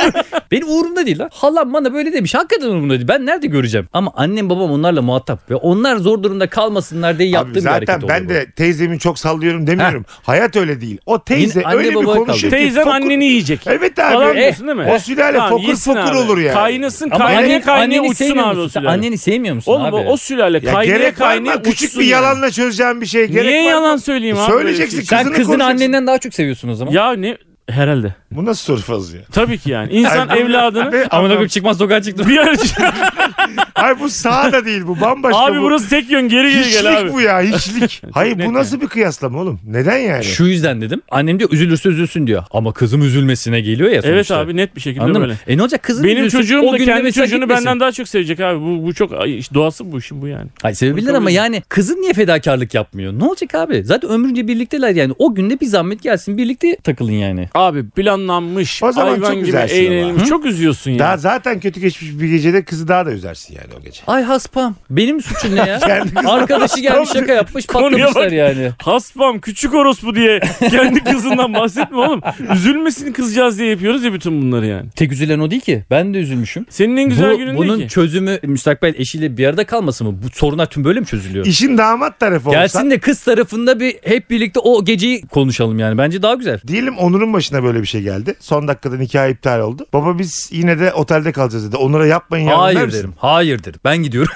[SPEAKER 2] benim uğrumda değil lan. Halam bana böyle demiş. Hakikaten umurumda değil. Ben nerede göreceğim? Ama annem babam onlarla muhatap ve onlar zor durumda kalmasınlar diye yaptığım
[SPEAKER 1] Abi
[SPEAKER 2] bir hareket
[SPEAKER 1] zaten ben
[SPEAKER 2] oldu bu.
[SPEAKER 1] de teyzemin çok sallıyorum demiyorum. Hayat öyle değil. O teyze
[SPEAKER 2] Yine anne
[SPEAKER 1] öyle bir
[SPEAKER 2] babaya
[SPEAKER 1] konuşuyor
[SPEAKER 2] kaldı.
[SPEAKER 1] ki.
[SPEAKER 3] Teyzen
[SPEAKER 1] fokur-
[SPEAKER 3] anneni yiyecek.
[SPEAKER 1] Evet
[SPEAKER 3] Falan
[SPEAKER 1] abi. E,
[SPEAKER 3] diyorsun değil mi?
[SPEAKER 1] o sülale
[SPEAKER 3] Tamam,
[SPEAKER 1] fokur
[SPEAKER 3] yesin
[SPEAKER 1] fokur
[SPEAKER 3] abi.
[SPEAKER 1] olur yani.
[SPEAKER 3] Kaynasın
[SPEAKER 2] Ama
[SPEAKER 3] kaynaya
[SPEAKER 2] anne-
[SPEAKER 3] kaynaya
[SPEAKER 2] anneni
[SPEAKER 3] uçsun
[SPEAKER 2] sevmiyor
[SPEAKER 3] abi o
[SPEAKER 2] musun? Sen
[SPEAKER 3] sülale.
[SPEAKER 2] Anneni sevmiyor musun
[SPEAKER 3] Oğlum
[SPEAKER 2] abi?
[SPEAKER 3] o sülale
[SPEAKER 1] Ya
[SPEAKER 3] kaynaya
[SPEAKER 1] gerek var
[SPEAKER 3] kaynaya
[SPEAKER 1] mı? Küçük
[SPEAKER 3] uçsun
[SPEAKER 1] bir
[SPEAKER 3] ya.
[SPEAKER 1] yalanla çözeceğim bir şey. Gerek
[SPEAKER 3] Niye
[SPEAKER 1] var mı? E,
[SPEAKER 3] yalan söyleyeyim abi? böyle bir
[SPEAKER 1] Söyleyeceksin.
[SPEAKER 3] şey?
[SPEAKER 2] Sen
[SPEAKER 1] kızını
[SPEAKER 2] kızını
[SPEAKER 1] konuşuyorsun.
[SPEAKER 2] annenden daha çok seviyorsun o zaman.
[SPEAKER 3] Ya ne? Herhalde.
[SPEAKER 1] Bu nasıl soru fazla ya?
[SPEAKER 3] Tabii ki yani. İnsan
[SPEAKER 1] Ay, bu-
[SPEAKER 3] evladını
[SPEAKER 1] Ve- Amına koyayım
[SPEAKER 2] çıkmaz sokağa çıktım.
[SPEAKER 3] bir an
[SPEAKER 1] Ay bu sağ da değil bu bambaşka
[SPEAKER 3] Abi
[SPEAKER 1] bu.
[SPEAKER 3] burası tek yön geri geri
[SPEAKER 1] hiçlik
[SPEAKER 3] gel abi.
[SPEAKER 1] bu ya hiçlik. Hayır
[SPEAKER 3] net
[SPEAKER 1] bu nasıl bir kıyaslama oğlum? Neden yani?
[SPEAKER 2] Şu yüzden dedim. Annem diyor üzülürse üzülsün diyor. Ama kızım üzülmesine geliyor ya sonuçta.
[SPEAKER 3] Evet abi net bir şekilde
[SPEAKER 2] Anladın
[SPEAKER 3] böyle.
[SPEAKER 2] mı? E ne olacak kızın
[SPEAKER 3] Benim
[SPEAKER 2] üzülsün,
[SPEAKER 3] çocuğum
[SPEAKER 2] o
[SPEAKER 3] da
[SPEAKER 2] gün de
[SPEAKER 3] kendi
[SPEAKER 2] mesela
[SPEAKER 3] çocuğunu
[SPEAKER 2] gitmesin.
[SPEAKER 3] benden daha çok sevecek abi. Bu, bu çok ay, iş- doğası bu işin bu yani.
[SPEAKER 2] Ay sevebilir
[SPEAKER 3] Bunu
[SPEAKER 2] ama
[SPEAKER 3] kabul
[SPEAKER 2] yani kızın niye fedakarlık yapmıyor? Ne olacak abi? Zaten ömrünce birlikteler yani. O günde bir zahmet gelsin birlikte takılın yani.
[SPEAKER 3] Abi planlanmış.
[SPEAKER 1] O zaman
[SPEAKER 3] hayvan
[SPEAKER 1] çok
[SPEAKER 3] gibi
[SPEAKER 1] güzelsin ama.
[SPEAKER 3] eğlenilmiş. Çok üzüyorsun ya.
[SPEAKER 1] Daha zaten kötü geçmiş bir gecede kızı daha da üzersin yani o gece.
[SPEAKER 2] Ay haspam benim suçum ne ya?
[SPEAKER 1] Kendi kızı-
[SPEAKER 2] Arkadaşı gelmiş şaka yapmış
[SPEAKER 3] Konuya bak.
[SPEAKER 2] patlamışlar yani.
[SPEAKER 3] Haspam küçük orospu diye kendi kızından bahsetme oğlum. Üzülmesin kızcağız diye yapıyoruz ya bütün bunları yani.
[SPEAKER 2] Tek üzülen o değil ki. Ben de üzülmüşüm.
[SPEAKER 3] Senin en güzel
[SPEAKER 2] Bu-
[SPEAKER 3] günün
[SPEAKER 2] bunun
[SPEAKER 3] değil ki.
[SPEAKER 2] çözümü müstakbel eşiyle bir arada kalması mı? Bu sorunlar tüm böyle mi çözülüyor?
[SPEAKER 1] İşin damat tarafı olsa.
[SPEAKER 2] Gelsin de kız tarafında bir hep birlikte o geceyi konuşalım yani. Bence daha güzel.
[SPEAKER 1] Diyelim Onur'un başına böyle bir şey geldi. Son dakikada nikah iptal oldu. Baba biz yine de otelde kalacağız dedi. Onur'a yapmayın ya. der
[SPEAKER 2] Hayır
[SPEAKER 1] misin?
[SPEAKER 2] derim. Hayır derim. Ben gidiyorum.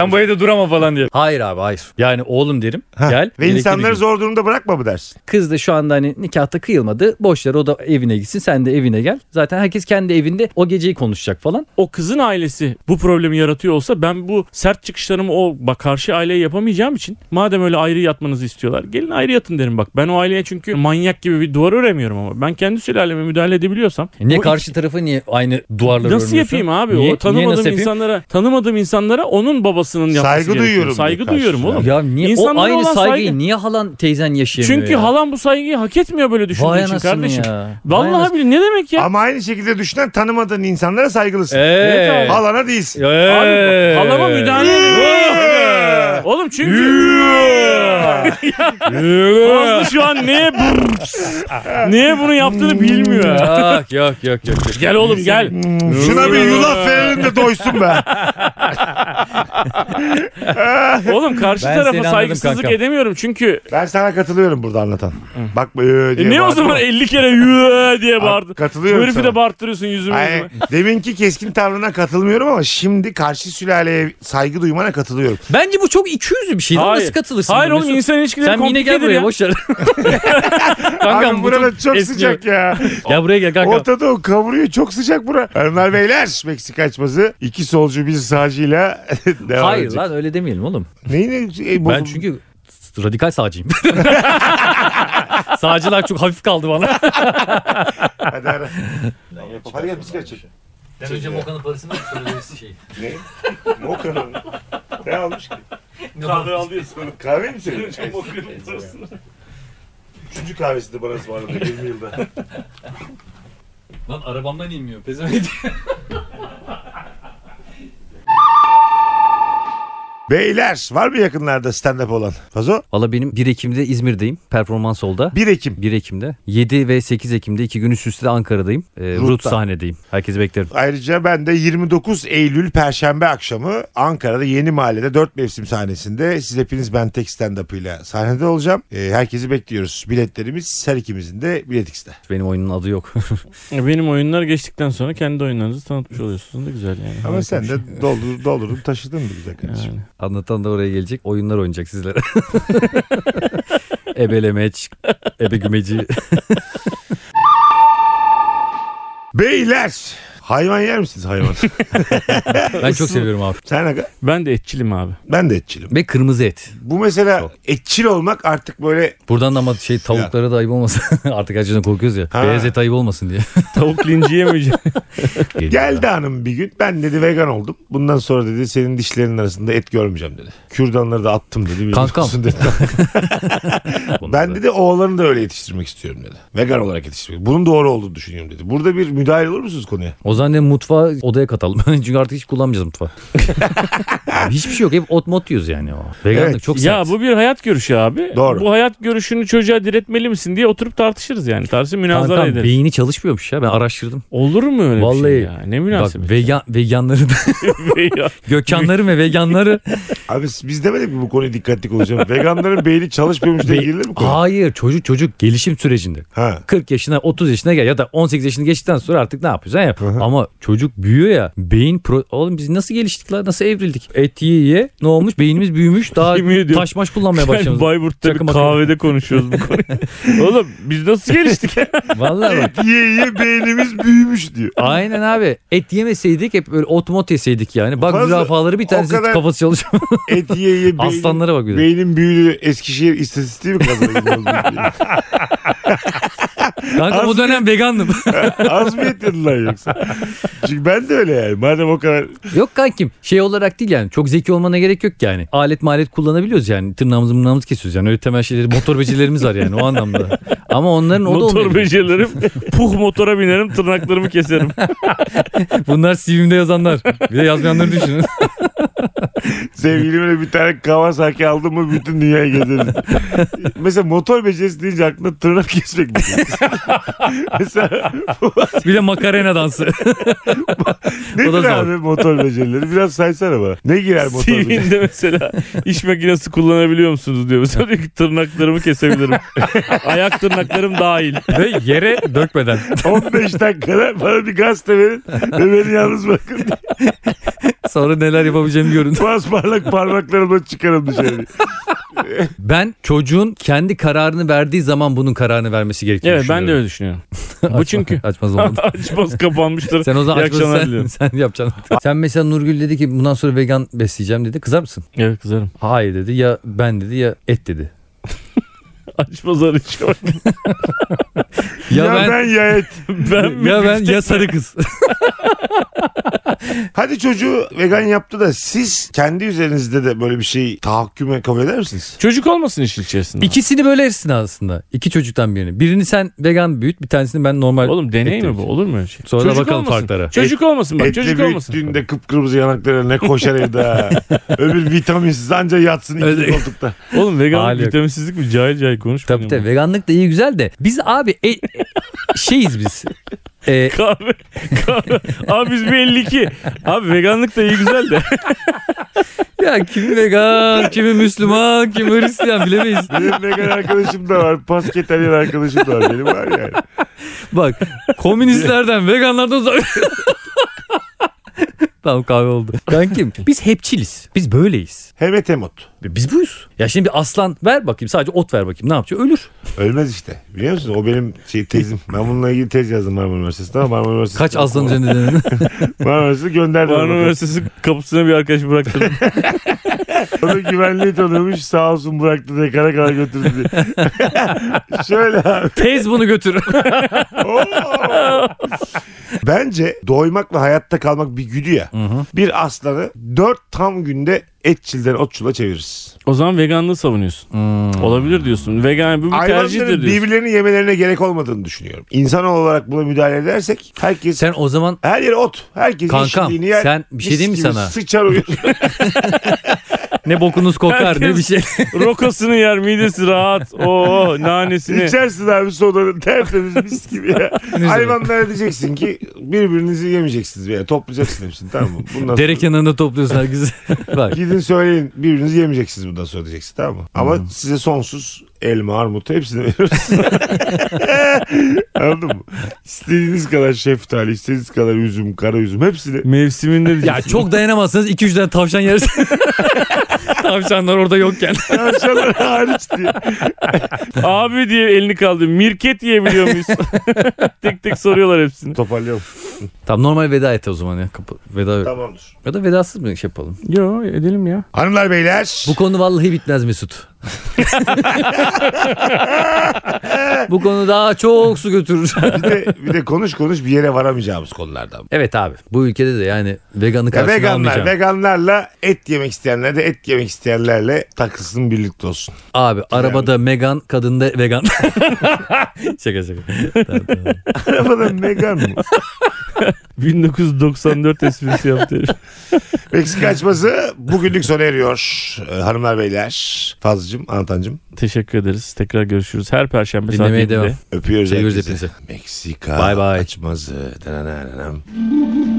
[SPEAKER 2] ben bu evde duramam falan diye. Hayır abi hayır. Yani oğlum derim.
[SPEAKER 1] Ha,
[SPEAKER 2] Gel.
[SPEAKER 1] Ve
[SPEAKER 2] birlikte
[SPEAKER 1] insanları
[SPEAKER 2] gidelim.
[SPEAKER 1] zor durumda bırakma mı dersin?
[SPEAKER 2] Kız da şu anda hani nikahta kıyılmadı. Boş ver o da evine gitsin. Sen de evine gel. Zaten herkes kendi evinde o geceyi konuşacak falan.
[SPEAKER 3] O kızın ailesi bu problemi yaratıyor olsa ben bu sert çıkışlarımı o bak karşı aileye yapamayacağım için madem öyle ayrı yatmanızı istiyorlar gelin ayrı yatın derim bak. Ben o aileye çünkü manyak gibi bir duvar öremiyorum ama ben kendi sülaleme müdahale edebiliyorsam.
[SPEAKER 2] E Niye
[SPEAKER 3] o
[SPEAKER 2] karşı tarafa niye aynı duvarları
[SPEAKER 3] Nasıl yapayım abi? O tanımadığım
[SPEAKER 2] insanlar
[SPEAKER 3] insanlara, tanımadığım insanlara onun babasının yapması
[SPEAKER 1] Saygı
[SPEAKER 3] gerekiyor.
[SPEAKER 1] duyuyorum
[SPEAKER 3] Saygı
[SPEAKER 1] diyor
[SPEAKER 3] duyuyorum
[SPEAKER 1] karşına.
[SPEAKER 3] oğlum.
[SPEAKER 2] Ya niye o
[SPEAKER 3] İnsanlara
[SPEAKER 2] aynı
[SPEAKER 3] olan
[SPEAKER 2] saygıyı
[SPEAKER 3] saygı-
[SPEAKER 2] niye halan teyzen yaşayamıyor
[SPEAKER 3] Çünkü
[SPEAKER 2] ya?
[SPEAKER 3] halam bu saygıyı hak etmiyor böyle düşündüğü
[SPEAKER 2] Vay
[SPEAKER 3] için
[SPEAKER 2] anasını
[SPEAKER 3] kardeşim.
[SPEAKER 2] ya. Vay
[SPEAKER 3] Vallahi
[SPEAKER 2] anasını-
[SPEAKER 3] abi ne demek ya?
[SPEAKER 1] Ama aynı şekilde düşünen tanımadığın insanlara saygılısın.
[SPEAKER 2] Evet.
[SPEAKER 3] Evet abi.
[SPEAKER 1] Halana değilsin.
[SPEAKER 3] Abi, halama müdahale
[SPEAKER 1] Eee.
[SPEAKER 3] Oğlum çünkü Fazla şu an neye neye bunu yaptığını bilmiyor.
[SPEAKER 2] yok yok yok yok.
[SPEAKER 3] Gel oğlum gel.
[SPEAKER 1] Hmm, Şuna bir yulaf verelim de doysun be.
[SPEAKER 3] Oğlum karşı
[SPEAKER 2] Ben seni
[SPEAKER 3] tarafa
[SPEAKER 2] anladım
[SPEAKER 3] saygısızlık
[SPEAKER 2] kankam.
[SPEAKER 3] edemiyorum çünkü.
[SPEAKER 1] Ben sana katılıyorum burada anlatan. Bak ee, diye
[SPEAKER 3] E, niye o
[SPEAKER 1] bağırdım.
[SPEAKER 3] zaman 50 kere "Yü" diye
[SPEAKER 1] Abi,
[SPEAKER 3] bağırdın?
[SPEAKER 1] Katılıyorum
[SPEAKER 3] Bu herifi
[SPEAKER 1] sana.
[SPEAKER 3] de bağırttırıyorsun yüzümü
[SPEAKER 1] Ay,
[SPEAKER 3] yüzüme.
[SPEAKER 1] deminki keskin tavrına katılmıyorum ama şimdi karşı sülaleye saygı duymana katılıyorum.
[SPEAKER 2] Bence bu çok ikiyüzlü bir şey. Hayır.
[SPEAKER 3] Hayır.
[SPEAKER 2] Nasıl katılırsın?
[SPEAKER 3] Hayır
[SPEAKER 2] buna
[SPEAKER 3] oğlum
[SPEAKER 2] Mesut?
[SPEAKER 3] insan ilişkileri
[SPEAKER 2] Sen yine gel
[SPEAKER 3] komplikedir
[SPEAKER 2] buraya
[SPEAKER 3] ya.
[SPEAKER 2] boş ver.
[SPEAKER 1] Abi burada çok, sıcak ya.
[SPEAKER 2] Gel buraya gel kankam.
[SPEAKER 1] Ortada o kavuruyor çok sıcak bura. Hanımlar beyler Meksika açması iki solcu bir sağcıyla devam
[SPEAKER 2] Hayır
[SPEAKER 1] edecek.
[SPEAKER 2] lan öyle demeyelim oğlum.
[SPEAKER 1] Neyine, e, bu-
[SPEAKER 2] Ben çünkü radikal sağcıyım. Sağcılar çok hafif kaldı bana.
[SPEAKER 1] Hadi ara. Hadi gel bisiklet çek.
[SPEAKER 2] Ben önce Mokan'ın parasını söylemesi şey.
[SPEAKER 1] Ne? Moka'nın. Ne almış ki? Kahve mi söylüyorsun? Üçüncü kahvesi de bana ısmarladı 20 yılda.
[SPEAKER 2] Lan arabamdan inmiyor.
[SPEAKER 1] Beyler var mı yakınlarda stand-up olan? Fazo?
[SPEAKER 2] Valla benim 1 Ekim'de İzmir'deyim. Performans olda.
[SPEAKER 1] 1 Ekim.
[SPEAKER 2] 1 Ekim'de. 7 ve 8 Ekim'de iki gün üst üste de Ankara'dayım. Ee, Rut
[SPEAKER 1] Rut'ta.
[SPEAKER 2] sahnedeyim. Herkesi beklerim.
[SPEAKER 1] Ayrıca ben de 29 Eylül Perşembe akşamı Ankara'da Yeni Mahalle'de 4 mevsim sahnesinde siz hepiniz ben tek stand-up ile sahnede olacağım. Ee, herkesi bekliyoruz. Biletlerimiz her ikimizin de Bilet X'de.
[SPEAKER 2] Benim oyunun adı yok.
[SPEAKER 3] E, Benim oyunlar geçtikten sonra kendi oyunlarınızı tanıtmış oluyorsunuz. Da güzel yani.
[SPEAKER 1] Ama sen de doldur, doldurdun taşıdın mı bize kardeşim?
[SPEAKER 3] Yani.
[SPEAKER 2] Anlatan da oraya gelecek. Oyunlar oynayacak sizlere. Ebelemeç, ebegümeci.
[SPEAKER 1] Beyler Hayvan yer misiniz hayvan?
[SPEAKER 2] Ben çok seviyorum abi.
[SPEAKER 1] Sen aga?
[SPEAKER 3] Ben de etçilim abi.
[SPEAKER 1] Ben de etçilim.
[SPEAKER 2] Ve kırmızı et.
[SPEAKER 1] Bu mesela etçil olmak artık böyle
[SPEAKER 2] Buradan da ama şey tavuklara da ayıp olmasın. Artık acıdan korkuyoruz ya.
[SPEAKER 1] Ha.
[SPEAKER 2] Beyaz et ayıp olmasın diye.
[SPEAKER 3] Tavuk linci yemeyeceğim.
[SPEAKER 1] geldi hanım bir gün. Ben dedi vegan oldum. Bundan sonra dedi senin dişlerin arasında et görmeyeceğim dedi. Kürdanları da attım dedi. "Bilmiyorum
[SPEAKER 2] Kankam.
[SPEAKER 1] musun?" dedi. ben dedi oğlanı da öyle yetiştirmek istiyorum dedi. Vegan olarak yetiştirmek. Bunun doğru olduğunu düşünüyorum dedi. Burada bir müdahale olur musunuz konuya?
[SPEAKER 2] O zaman ne mutfağı odaya katalım. Çünkü artık hiç kullanmayacağız mutfağı. Abi hiçbir şey yok. Hep ot mot yiyoruz yani o. Veganlık
[SPEAKER 1] Evet.
[SPEAKER 2] çok
[SPEAKER 3] ya
[SPEAKER 2] sert.
[SPEAKER 3] bu bir hayat görüşü abi.
[SPEAKER 1] Doğru.
[SPEAKER 3] Bu hayat görüşünü çocuğa diretmeli misin diye oturup tartışırız yani. Tartışır münazara
[SPEAKER 2] Kankam,
[SPEAKER 3] ederiz.
[SPEAKER 2] beyni çalışmıyormuş ya ben araştırdım.
[SPEAKER 3] Olur mu öyle bir
[SPEAKER 2] Vallahi-
[SPEAKER 3] şey ya? Ne
[SPEAKER 2] Bak
[SPEAKER 3] münasebet.
[SPEAKER 2] vegan, veganları da,
[SPEAKER 3] ya.
[SPEAKER 2] gökhanları ve veganları.
[SPEAKER 1] Abi biz demedik mi bu konuya dikkatli konuşalım? Veganların beyni çalışmıyormuş diye girilir mi konu?
[SPEAKER 2] Hayır çocuk çocuk gelişim sürecinde.
[SPEAKER 1] Ha.
[SPEAKER 2] 40 yaşına 30 yaşına gel ya da 18 yaşını geçtikten sonra artık ne yapıyorsan yap. Ama çocuk büyüyor ya beyin pro... Oğlum biz nasıl geliştik lan nasıl evrildik? Et yiye yiye ne olmuş beynimiz büyümüş daha
[SPEAKER 3] Yemin ediyorum.
[SPEAKER 2] taş maş kullanmaya başlamış.
[SPEAKER 3] Bayburt'ta bir
[SPEAKER 2] Çakı makara.
[SPEAKER 3] kahvede konuşuyoruz bu konuyu. Oğlum biz nasıl geliştik?
[SPEAKER 2] Vallahi bak.
[SPEAKER 1] Yiye yiye beynimiz büyümüş diyor.
[SPEAKER 2] Aynen abi et yemeseydik hep böyle ot mot yeseydik yani. Bak
[SPEAKER 1] Fazla-
[SPEAKER 2] zürafaları bir tanesi
[SPEAKER 1] o kadar-
[SPEAKER 2] kafası çalışıyor.
[SPEAKER 1] Et yiye yiye beynin,
[SPEAKER 2] Aslanlara bak bir de.
[SPEAKER 1] beynin büyüdüğü Eskişehir istatistiği mi kazanıyor?
[SPEAKER 2] Kanka bu dönem vegandım.
[SPEAKER 1] Az mı yetirdin lan yoksa? Çünkü ben de öyle yani. Madem o kadar
[SPEAKER 2] Yok kankim şey olarak değil yani çok zeki olmana gerek yok yani. Alet malet kullanabiliyoruz yani tırnağımızı mırnağımızı kesiyoruz yani öyle temel şeyleri motor becerilerimiz var yani o anlamda. Ama onların o da
[SPEAKER 3] Motor
[SPEAKER 2] olmuyor.
[SPEAKER 3] becerilerim. Puh motora binerim tırnaklarımı keserim.
[SPEAKER 2] Bunlar CV'mde yazanlar. Bir de yazmayanları düşünün.
[SPEAKER 1] sevgilime bir tane Kawasaki aldım mı bütün dünyayı gezeriz. Mesela motor becerisi deyince aklına tırnak kesmek mi? geliyor? Mesela
[SPEAKER 2] Bir de makarena dansı.
[SPEAKER 1] ne
[SPEAKER 2] O da
[SPEAKER 1] abi
[SPEAKER 2] zor.
[SPEAKER 1] motor becerileri? Biraz saysana bana. Ne girer motor becerileri?
[SPEAKER 3] CV'nde mesela iş makinesi kullanabiliyor musunuz diyor. Mesela diyor ki, tırnaklarımı kesebilirim. Ayak tırnaklarım dahil.
[SPEAKER 2] Ve yere dökmeden.
[SPEAKER 1] 15 dakikada bana bir gazete verin ve beni yalnız bırakın.
[SPEAKER 2] Sonra neler yapabileceğimi görün.
[SPEAKER 1] Pasparlak parmaklarımla çıkarım dışarı.
[SPEAKER 2] Ben çocuğun kendi kararını verdiği zaman bunun kararını vermesi gerekiyor.
[SPEAKER 3] Evet ben de öyle düşünüyorum. Bu çünkü.
[SPEAKER 2] Açmaz olmadı.
[SPEAKER 3] Açmaz kapanmıştır.
[SPEAKER 2] Sen o zaman
[SPEAKER 3] İyi
[SPEAKER 2] açmasın
[SPEAKER 3] akşamlar
[SPEAKER 2] sen,
[SPEAKER 3] diliyorum.
[SPEAKER 2] sen yapacaksın. sen mesela Nurgül dedi ki bundan sonra vegan besleyeceğim dedi. Kızar mısın?
[SPEAKER 3] Evet kızarım.
[SPEAKER 2] Hayır dedi ya ben dedi ya et dedi.
[SPEAKER 3] Açmaz arayacağım.
[SPEAKER 2] Ya,
[SPEAKER 1] Ya, ben,
[SPEAKER 2] ben,
[SPEAKER 1] ya et.
[SPEAKER 3] Ben mi?
[SPEAKER 2] ya ben ya sarı kız.
[SPEAKER 1] Hadi çocuğu vegan yaptı da siz kendi üzerinizde de böyle bir şey tahakküme kabul eder misiniz?
[SPEAKER 3] Çocuk olmasın işin içerisinde.
[SPEAKER 2] İkisini bölersin aslında. İki çocuktan birini. Birini sen vegan büyüt bir tanesini ben normal.
[SPEAKER 3] Oğlum deney
[SPEAKER 2] Et
[SPEAKER 3] mi
[SPEAKER 2] demiş.
[SPEAKER 3] bu? Olur mu öyle şey?
[SPEAKER 2] Sonra
[SPEAKER 3] Çocuk
[SPEAKER 2] bakalım
[SPEAKER 3] olmasın.
[SPEAKER 2] farklara.
[SPEAKER 3] Çocuk olmasın bak.
[SPEAKER 1] Etli
[SPEAKER 3] çocuk olmasın.
[SPEAKER 1] büyüttüğünde kıpkırmızı yanakları ne koşar evde. ha. Öbür vitaminsiz anca yatsın ikinci
[SPEAKER 2] Öyle.
[SPEAKER 1] koltukta.
[SPEAKER 3] Oğlum
[SPEAKER 2] Hali
[SPEAKER 3] vegan
[SPEAKER 2] yok.
[SPEAKER 3] vitaminsizlik mi? Cahil cahil konuşmayın.
[SPEAKER 2] Tabii
[SPEAKER 3] ama.
[SPEAKER 2] tabii veganlık da iyi güzel de biz abi e- e- şeyiz biz. E,
[SPEAKER 3] Kahve, kahve. Abi biz bir 52. Abi veganlık da iyi güzel de.
[SPEAKER 2] ya kimi vegan, kimi Müslüman, kimi Hristiyan bilemeyiz.
[SPEAKER 1] Benim vegan arkadaşım da var. Pasketeryen arkadaşım da var. Benim var yani.
[SPEAKER 2] Bak komünistlerden veganlardan uzak. tamam kahve oldu. Kankim biz hepçiliz. Biz böyleyiz.
[SPEAKER 1] Hemet hemot.
[SPEAKER 2] Biz buyuz. Ya şimdi bir aslan ver bakayım sadece ot ver bakayım ne yapıyor ölür.
[SPEAKER 1] Ölmez işte. Biliyor musun? O benim şey tezim. Ben bununla ilgili tez yazdım Marmara Üniversitesi'nde ama Marmara Üniversitesi.
[SPEAKER 2] Kaç aslan üzerinde denedin?
[SPEAKER 1] Marmara Üniversitesi gönderdi.
[SPEAKER 3] Varna
[SPEAKER 1] onu.
[SPEAKER 3] Üniversitesi kapısına bir arkadaş bıraktırdım.
[SPEAKER 1] Onu güvenliği tanıyormuş. Sağ olsun bıraktı dekana kadar götürdü diye. Şöyle abi.
[SPEAKER 2] Tez bunu götür.
[SPEAKER 1] Oo. Bence doymak ve hayatta kalmak bir güdü ya. Bir aslanı dört tam günde etçilden otçula çeviririz.
[SPEAKER 3] o zaman veganlığı savunuyorsun. Olabilir diyorsun. Vegan bu bir tercihtir
[SPEAKER 1] Hayvanların
[SPEAKER 3] diyorsun.
[SPEAKER 1] birbirlerini yemelerine gerek olmadığını düşünüyorum. İnsan olarak buna müdahale edersek herkes
[SPEAKER 2] Sen o zaman
[SPEAKER 1] her yere ot. Herkes
[SPEAKER 2] Kankam,
[SPEAKER 1] yeşilliğini yer.
[SPEAKER 2] sen bir şey
[SPEAKER 1] mis
[SPEAKER 2] diyeyim mi
[SPEAKER 1] gibi
[SPEAKER 2] sana?
[SPEAKER 1] Sıçar uyur.
[SPEAKER 2] ne bokunuz kokar ne
[SPEAKER 3] Herkes-
[SPEAKER 2] bir şey.
[SPEAKER 3] Rokasını yer midesi rahat. Oo nanesini.
[SPEAKER 1] İçersin abi sodanı tertemiz mis gibi ya. Hayvanlara diyeceksin ki birbirinizi yemeyeceksiniz veya toplayacaksın hepsini tamam mı? Bundan sonra-
[SPEAKER 2] Dere kenarında topluyorsun herkesi. Bak
[SPEAKER 1] Gidin söyleyin birbirinizi yemeyeceksiniz bundan sonra diyeceksin tamam mı? Ama
[SPEAKER 2] Hmm.
[SPEAKER 1] size sonsuz elma, armut hepsini veriyoruz. Anladın mı? İstediğiniz kadar şeftali, istediğiniz kadar üzüm, kara üzüm hepsini.
[SPEAKER 3] Mevsiminde diyeceksin.
[SPEAKER 2] ya çok dayanamazsınız 2-3 tane tavşan yersin. Tavşanlar orada yokken.
[SPEAKER 1] Tavşanlar hariç diye.
[SPEAKER 3] Abi diye elini kaldı. Mirket yiyebiliyor muyuz? tek tek soruyorlar hepsini.
[SPEAKER 1] Toparlıyorum.
[SPEAKER 2] Tam normal veda et o zaman ya. Kapı, veda
[SPEAKER 1] Tamamdır.
[SPEAKER 2] ya da vedasız mı şey yapalım?
[SPEAKER 3] Yo edelim ya.
[SPEAKER 1] Hanımlar beyler.
[SPEAKER 2] Bu konu vallahi bitmez Mesut. Bu konu daha çok su götürür.
[SPEAKER 1] bir, de, bir de konuş konuş bir yere varamayacağımız konulardan.
[SPEAKER 2] evet abi. Bu ülkede de yani veganı
[SPEAKER 1] Ya
[SPEAKER 2] karşına
[SPEAKER 1] veganlar,
[SPEAKER 2] almayacağım.
[SPEAKER 1] veganlarla et yemek isteyenler de et yemek isteyenlerle takılsın birlikte olsun.
[SPEAKER 2] Abi arabada Megan, kadında vegan. şaka şaka. Tamam, tamam.
[SPEAKER 1] Arabada vegan mı?
[SPEAKER 3] 1994 esprisi yaptı. herif.
[SPEAKER 1] Meksika açması bugünlük sona eriyor. Ee, hanımlar beyler. Fazlıcım, Antancım.
[SPEAKER 3] Teşekkür ederiz. Tekrar görüşürüz. Her perşembe saat
[SPEAKER 2] Dinlemeye
[SPEAKER 3] 7'de.
[SPEAKER 2] devam.
[SPEAKER 1] Öpüyoruz
[SPEAKER 2] Seviyoruz
[SPEAKER 1] herkesi.
[SPEAKER 2] hepinizi.
[SPEAKER 1] Meksika
[SPEAKER 2] Bye bye.
[SPEAKER 1] açması. Dananam.